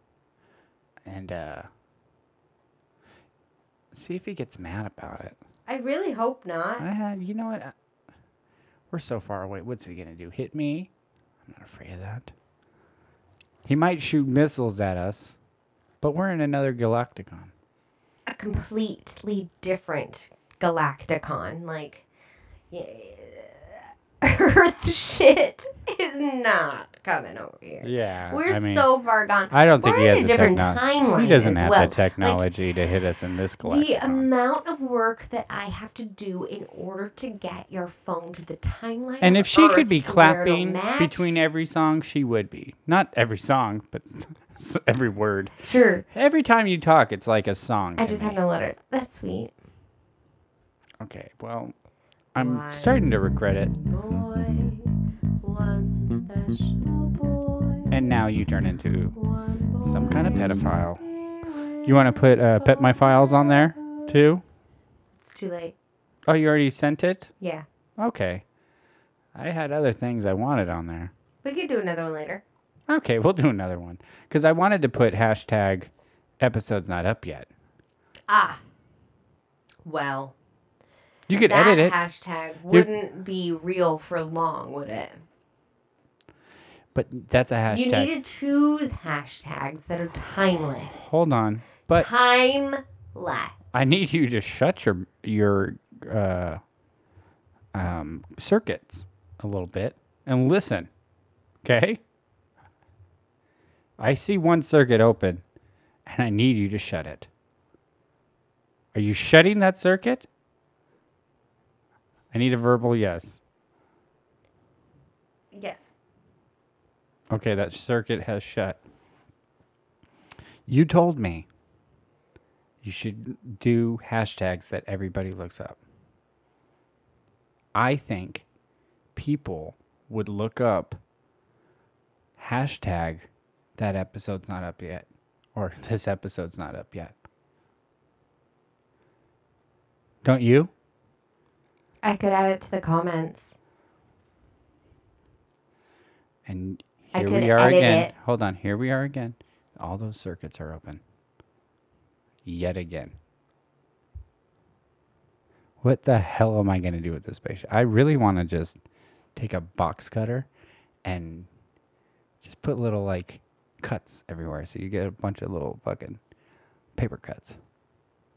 Speaker 1: and uh see if he gets mad about it.
Speaker 2: I really hope not.
Speaker 1: I had, you know what? I, we're so far away. What's he gonna do? Hit me? I'm not afraid of that. He might shoot missiles at us, but we're in another Galacticon.
Speaker 2: not completely different Galacticon. Like, yeah, Earth shit is not coming over here.
Speaker 1: Yeah.
Speaker 2: We're
Speaker 1: I mean,
Speaker 2: so far gone.
Speaker 1: I don't think
Speaker 2: We're
Speaker 1: he
Speaker 2: in
Speaker 1: has
Speaker 2: a
Speaker 1: the
Speaker 2: different
Speaker 1: technology.
Speaker 2: timeline.
Speaker 1: He doesn't
Speaker 2: as
Speaker 1: have
Speaker 2: well. Like,
Speaker 1: the technology to hit us in this
Speaker 2: the
Speaker 1: collection.
Speaker 2: amount of work that I have to do in order to get your phone to the timeline.
Speaker 1: and
Speaker 2: of
Speaker 1: if she could
Speaker 2: Earth
Speaker 1: be
Speaker 2: to where it'll
Speaker 1: clapping
Speaker 2: match-
Speaker 1: between every song, she would be. Not every song, but s- every word.
Speaker 2: Sure.
Speaker 1: Every time you talk, it's like a song.
Speaker 2: I
Speaker 1: to
Speaker 2: just
Speaker 1: me.
Speaker 2: have no letters. That's sweet.
Speaker 1: Okay, well, I'm
Speaker 2: Why?
Speaker 1: starting to regret it.
Speaker 2: Boy, one special boy.
Speaker 1: And now you turn into
Speaker 2: One boy
Speaker 1: some kind of pedophile.
Speaker 2: You
Speaker 1: You want to put uh, Pet My Files on there too?
Speaker 2: It's too late.
Speaker 1: Oh, you already sent it?
Speaker 2: Yeah.
Speaker 1: Okay. I had other things I wanted on there.
Speaker 2: We could do another one later.
Speaker 1: Okay, we'll do another one. Because I wanted to put hashtag episodes not up yet.
Speaker 2: Ah. Well,
Speaker 1: You could
Speaker 2: that
Speaker 1: edit it,
Speaker 2: hashtag wouldn't be real for long, would it?
Speaker 1: but that's a hashtag.
Speaker 2: You need to choose hashtags that are timeless.
Speaker 1: Hold on. But
Speaker 2: Timeless.
Speaker 1: I need you to shut your your uh, um, circuits a little bit and listen. Okay. I see one circuit open, and I need you to shut it. Are you shutting that circuit? I need a verbal yes.
Speaker 2: Yes.
Speaker 1: Okay, that circuit has shut. You told me you should do hashtags that everybody looks up. I think people would look up hashtag that episode's not up yet or this episode's not up yet. Don't you?
Speaker 2: I could add it to the comments.
Speaker 1: And
Speaker 2: I
Speaker 1: here
Speaker 2: could
Speaker 1: we are
Speaker 2: edit
Speaker 1: again.
Speaker 2: it.
Speaker 1: Hold on. Here we are again. All those circuits are open. Yet again. What the hell am I going to do with this spaceship? I really want to just take a box cutter and just put little like cuts everywhere. So you get a bunch of little fucking paper cuts.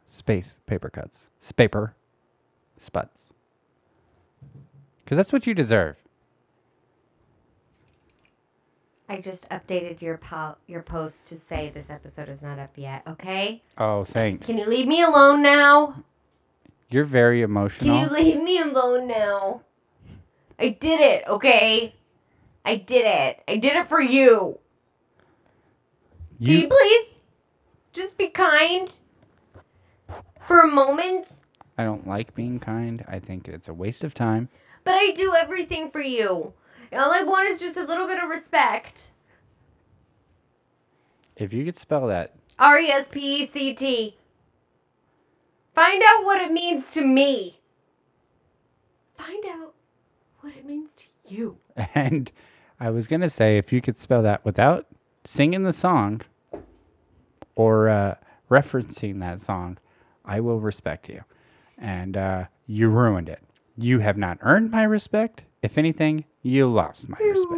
Speaker 1: Space paper cuts. Spaper sputs. Because that's what you deserve.
Speaker 2: I just updated your po- your post to say this episode is not up yet. Okay,
Speaker 1: Oh, thanks.
Speaker 2: can you leave me alone now?
Speaker 1: You're very
Speaker 2: Can
Speaker 1: emotional.
Speaker 2: you leave me alone now? I did it. Okay, I did it. I did it for you. Can you,
Speaker 1: You-
Speaker 2: please just be kind for a moment?
Speaker 1: I don't like being kind. I think it's a waste of time.
Speaker 2: But I do everything for you. All I want is just a little bit of respect.
Speaker 1: If you could spell that,
Speaker 2: R E S P E C T. Find out what it means to me. Find out what it means to you.
Speaker 1: and I was gonna say if you could spell that without singing the song or uh, referencing that song, I will respect you. And uh, you ruined it. You have not earned my respect. If anything, you lost my respect.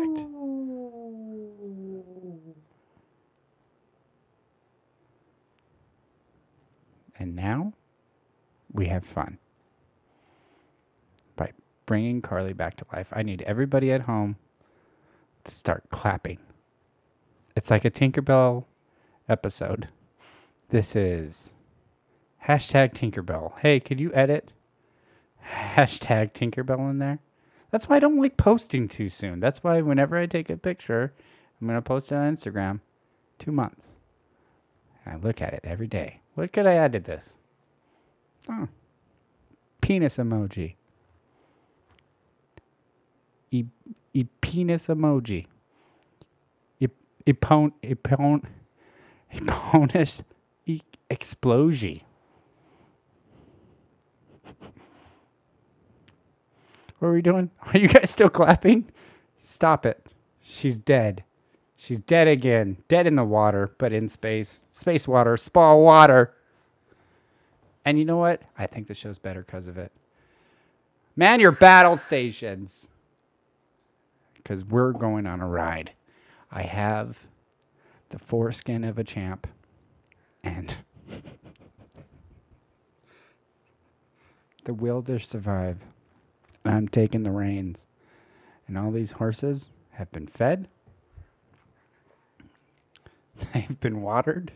Speaker 1: And now we have fun by bringing Carly back to life. I need everybody at home to start clapping. It's like a Tinkerbell episode. This is hashtag Tinkerbell. Hey, could you edit hashtag Tinkerbell in there? That's why I don't like posting too soon. That's why whenever I take a picture, I'm going to post it on Instagram two months. I look at it every day. What could I add to this? Oh, penis emoji. E, e penis emoji. E, epon, epon, eponus e, explosion. What are we doing? Are you guys still clapping? Stop it. She's dead. She's dead again. Dead in the water, but in space. Space water, spa water. And you know what? I think the show's better because of it. Man, your battle stations. Because we're going on a ride. I have the foreskin of a champ and the will to survive. And I'm taking the reins. And all these horses have been fed. They've been watered.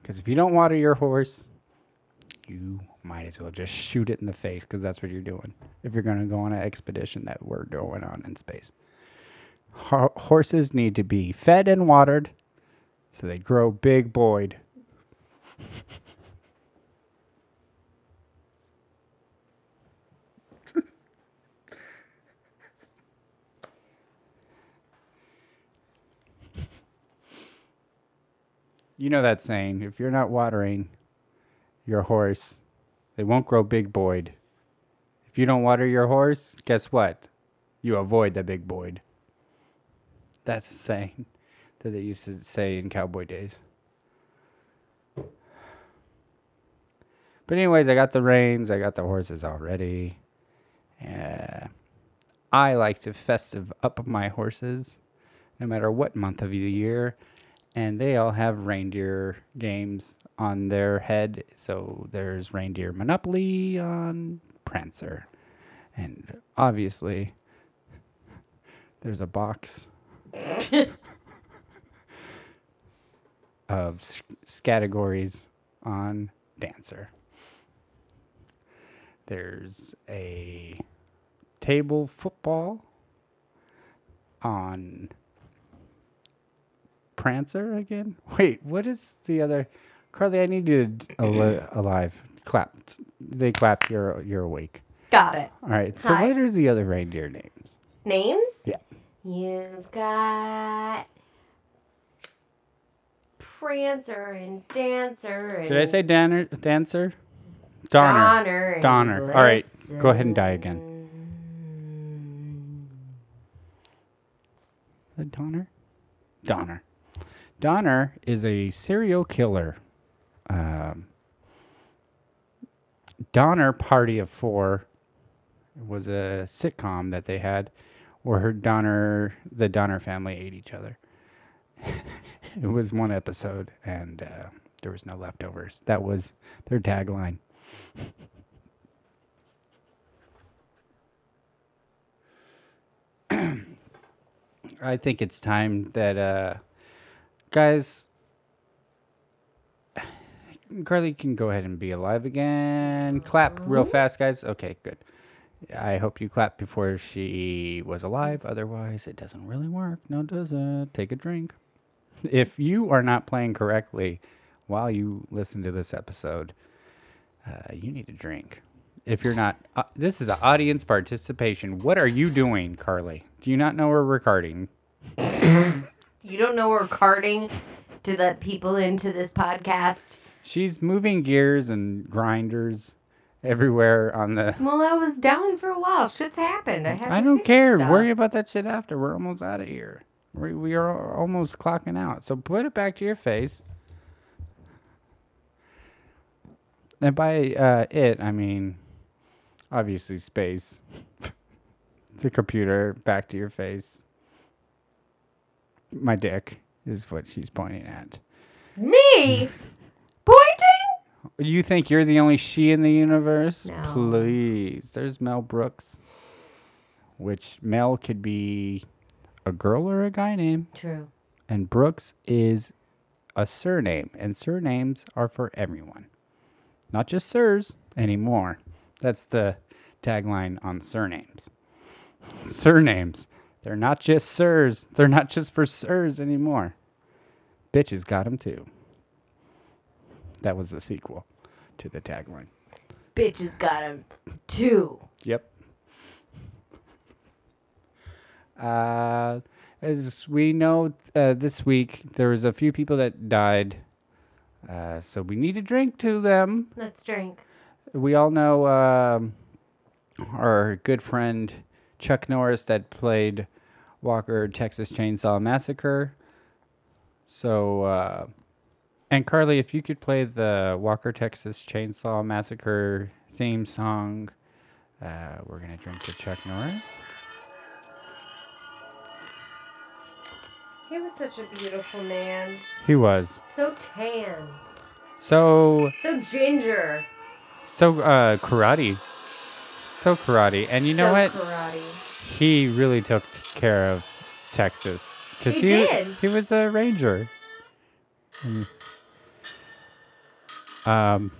Speaker 1: Because if you don't water your horse, you might as well just shoot it in the face because that's what you're doing. If you're going to go on an expedition that we're going on in space, Ho- horses need to be fed and watered so they grow big boyed. You know that saying if you're not watering your horse, they won't grow big boyed. If you don't water your horse, guess what? You avoid the big boyed. That's a saying that they used to say in cowboy days. But, anyways, I got the reins, I got the horses already. Uh, I like to festive up my horses no matter what month of the year. And they all have reindeer games on their head. So there's reindeer Monopoly on Prancer. And obviously, there's a box of s- s- categories on Dancer. There's a table football on Prancer again. Wait, what is the other? Carly, I need you to d- al- alive. Clapped. They clap. You're you're awake.
Speaker 2: Got it.
Speaker 1: All right. So
Speaker 2: Hi.
Speaker 1: what are the other reindeer names?
Speaker 2: Names?
Speaker 1: Yeah.
Speaker 2: You've got Prancer and Dancer and
Speaker 1: Did I say Danner, Dancer? Donner.
Speaker 2: Donner. and
Speaker 1: Donner. All right. Go ahead and die
Speaker 2: Blitzen.
Speaker 1: again. The Donner? Donner. Donner is a serial killer. Um, Donner Party of Four was a sitcom that they had where her Donner, the Donner family ate each other. it was one episode and uh, there was no leftovers. That was their tagline. I think it's time that uh guys Carly can go ahead and be alive again. Clap real fast, guys. Okay, good. I hope you clap before she was alive. Otherwise, it doesn't really work. No, it doesn't. Take a drink. If you are not playing correctly while you listen to this episode, uh, you need a drink. If you're not, uh, this is a audience participation. What are you doing, Carly? Do you not know we're recording?
Speaker 2: You don't know we're carding to let people into this podcast.
Speaker 1: She's moving gears and grinders everywhere on the.
Speaker 2: Well, I was down for a while. Shit's happened. I had.
Speaker 1: I
Speaker 2: to
Speaker 1: don't
Speaker 2: fix
Speaker 1: care.
Speaker 2: Stuff.
Speaker 1: Worry about that shit after. We're almost out of here. We, we are al- almost clocking out. So put it back to your face. And by uh, it, I mean obviously space. the computer back to your face. My dick is what she's pointing at.
Speaker 2: Me pointing.
Speaker 1: You think you're the only she in the universe?
Speaker 2: No.
Speaker 1: Please. There's Mel Brooks, which Mel could be a girl or a guy name,
Speaker 2: True.
Speaker 1: and Brooks is a surname, and surnames are for everyone, not just sirs anymore. That's the tagline on surnames. surnames. They're not just sirs. They're not just for sirs anymore. Bitches got 'em too. That was the sequel to the tagline.
Speaker 2: Bitches got him too.
Speaker 1: Yep. Uh, as we know, uh, this week there was a few people that died, uh, so we need a drink to them.
Speaker 2: Let's drink.
Speaker 1: We all know um, our good friend Chuck Norris that played Walker Texas Chainsaw Massacre. So, uh, and Carly, if you could play the Walker Texas Chainsaw Massacre theme song, uh, we're gonna drink to Chuck Norris.
Speaker 2: He was such a beautiful man.
Speaker 1: He was
Speaker 2: So tan.
Speaker 1: so
Speaker 2: So ginger.
Speaker 1: So uh, karate. So karate. And you know
Speaker 2: So
Speaker 1: what?
Speaker 2: Karate.
Speaker 1: He really took care of Texas because
Speaker 2: He did.
Speaker 1: he was a ranger. Mm. Um,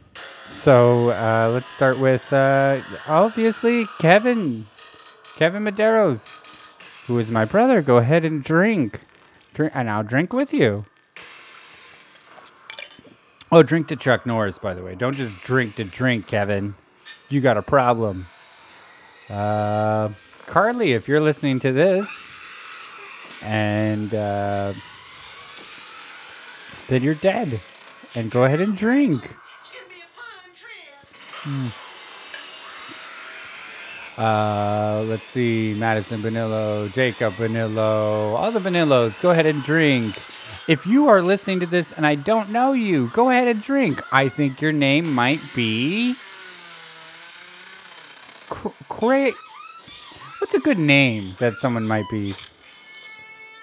Speaker 1: so uh, let's start with uh, obviously Kevin, Kevin Maderos, who is my brother. Go ahead and drink, drink, and I'll drink with you. Oh, drink to Chuck Norris, by the way. Don't just drink to drink, Kevin. You got a problem. Uh, Carly, if you're listening to this, and uh, then you're dead. And go ahead and drink. Hmm. Uh, let's see, Madison Vanillo, Jacob Vanillo, all the Vanillos. Go ahead and drink. If you are listening to this and I don't know you, go ahead and drink. I think your name might be. Cra- Cra- What's a good name that someone might be?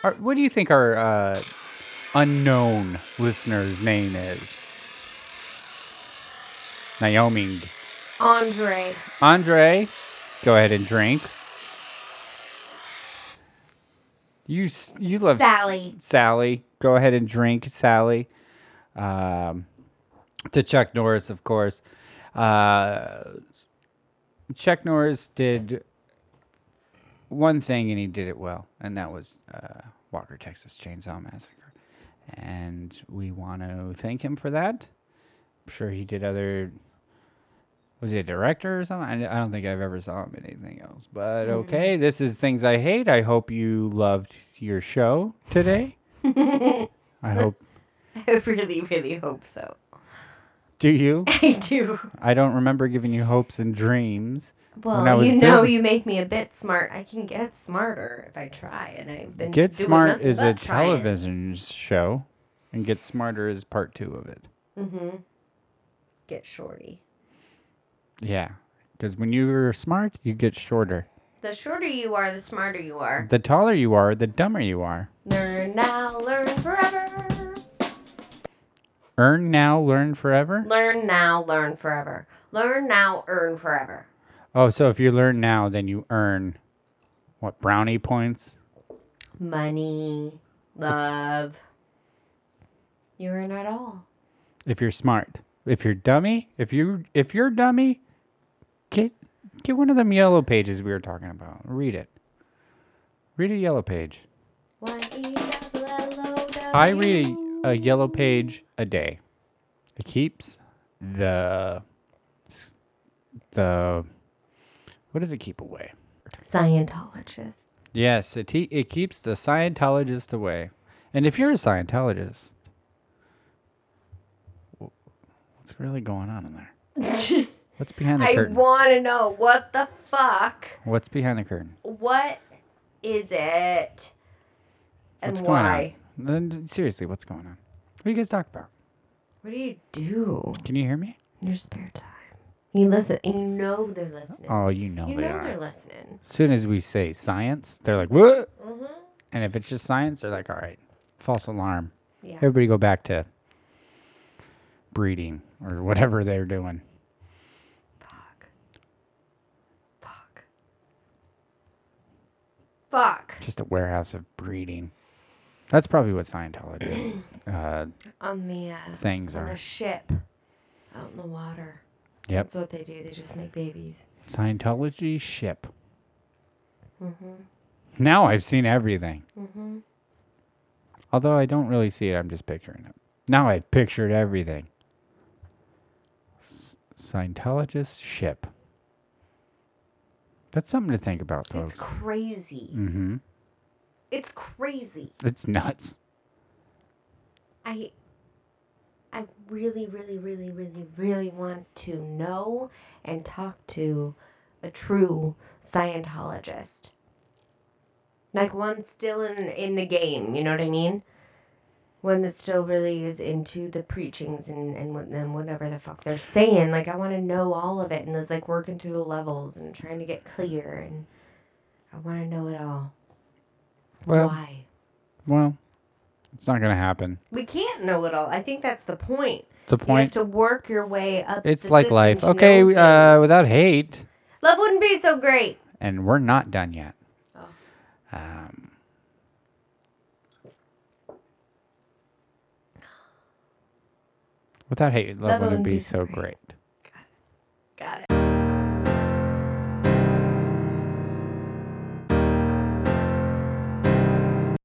Speaker 1: Or what do you think our uh, unknown listener's name is? Naomi.
Speaker 2: Andre.
Speaker 1: Andre, go ahead and drink. You s- you love s-
Speaker 2: Sally.
Speaker 1: Sally. Go ahead and drink, Sally. Um, to Chuck Norris, of course. Uh, Chuck Norris did one thing and he did it well, and that was uh, Walker Texas Chainsaw Massacre, and we want to thank him for that. I'm sure he did other. Was he a director or something? I I don't think I've ever saw him in anything else.
Speaker 2: Hmm.
Speaker 1: But okay, this is things I hate. I hope you loved your show today. I hope.
Speaker 2: I really, really hope so.
Speaker 1: Do you?
Speaker 2: I do.
Speaker 1: I don't remember giving you hopes and dreams.
Speaker 2: Well,
Speaker 1: I was
Speaker 2: you know,
Speaker 1: big-
Speaker 2: you make me a bit smart. I can get smarter if I try, and I've been
Speaker 1: Get
Speaker 2: doing
Speaker 1: Smart
Speaker 2: nothing
Speaker 1: is a
Speaker 2: but trying.
Speaker 1: television show, and Get Smarter is part two of it.
Speaker 2: Get shorty.
Speaker 1: Yeah, because when you're smart, you get shorter.
Speaker 2: The shorter you are, the smarter you are.
Speaker 1: The taller you are, the dumber you are.
Speaker 2: Learn now, learn forever.
Speaker 1: Earn now, learn forever.
Speaker 2: Learn now, learn forever. Learn now, earn forever.
Speaker 1: Oh, so if you learn now, then you earn what brownie points?
Speaker 2: Money, love. You earn it all.
Speaker 1: If you're smart. If you're dummy, if you if you're dummy, get get one of them yellow pages we were talking about. Read it. Read a yellow page.
Speaker 2: E, Y-E-double-L-O-W.
Speaker 1: I read a, a yellow page a day. It keeps the the what does it keep away?
Speaker 2: Scientologist.
Speaker 1: Yes, it te- it keeps the Scientologist away. And if you're a Scientologist, wh- what's really going on in there? What's behind the
Speaker 2: I
Speaker 1: curtain?
Speaker 2: want to know what the fuck.
Speaker 1: what's behind the curtain?
Speaker 2: What is it? And
Speaker 1: What's going
Speaker 2: why?
Speaker 1: on? Then- Seriously, what's going on? What do you guys talk about?
Speaker 2: What do you do
Speaker 1: Can you hear me?
Speaker 2: in your spare time? You listen, and you know they're listening.
Speaker 1: Oh, you know
Speaker 2: you
Speaker 1: they
Speaker 2: know
Speaker 1: are.
Speaker 2: they're listening.
Speaker 1: soon as we say science, they're like, what?
Speaker 2: Mm-hmm.
Speaker 1: And if it's just science, they're like, all right, false alarm.
Speaker 2: Yeah.
Speaker 1: Everybody go back to breeding or whatever they're doing.
Speaker 2: Fuck. Fuck. Fuck.
Speaker 1: Just a warehouse of breeding. That's probably what Scientologists uh,
Speaker 2: On the uh,
Speaker 1: things
Speaker 2: on the
Speaker 1: are.
Speaker 2: ship, out in the water.
Speaker 1: Yep.
Speaker 2: That's what they do. They just make babies.
Speaker 1: Scientology ship.
Speaker 2: Mm-hmm.
Speaker 1: Now I've seen everything. Although I don't really see it, I'm just picturing it. Now I've pictured everything. S- Scientologist ship. That's something to think about, folks.
Speaker 2: It's crazy.
Speaker 1: mm-hmm.
Speaker 2: It's crazy.
Speaker 1: It's nuts.
Speaker 2: I I really, really, really, really, really want to know and talk to a true Scientologist. Like one still in in the game, you know what I mean? One that still really is into the preachings and and, what- and whatever the fuck they're saying. Like I want to know all of it and is like working through the levels and trying to get clear and I want to know it all.
Speaker 1: Well,
Speaker 2: Why?
Speaker 1: well, it's not going to happen.
Speaker 2: We can't know it all. I think that's the point.
Speaker 1: the
Speaker 2: You have
Speaker 1: point.
Speaker 2: to work your way up.
Speaker 1: It's
Speaker 2: the
Speaker 1: like
Speaker 2: system
Speaker 1: life.
Speaker 2: to know
Speaker 1: Okay, uh,
Speaker 2: things.
Speaker 1: without hate,
Speaker 2: love wouldn't be so great.
Speaker 1: and we're not done yet.
Speaker 2: Oh.
Speaker 1: Um, without hate, love, wouldn't be, so great.
Speaker 2: Got it.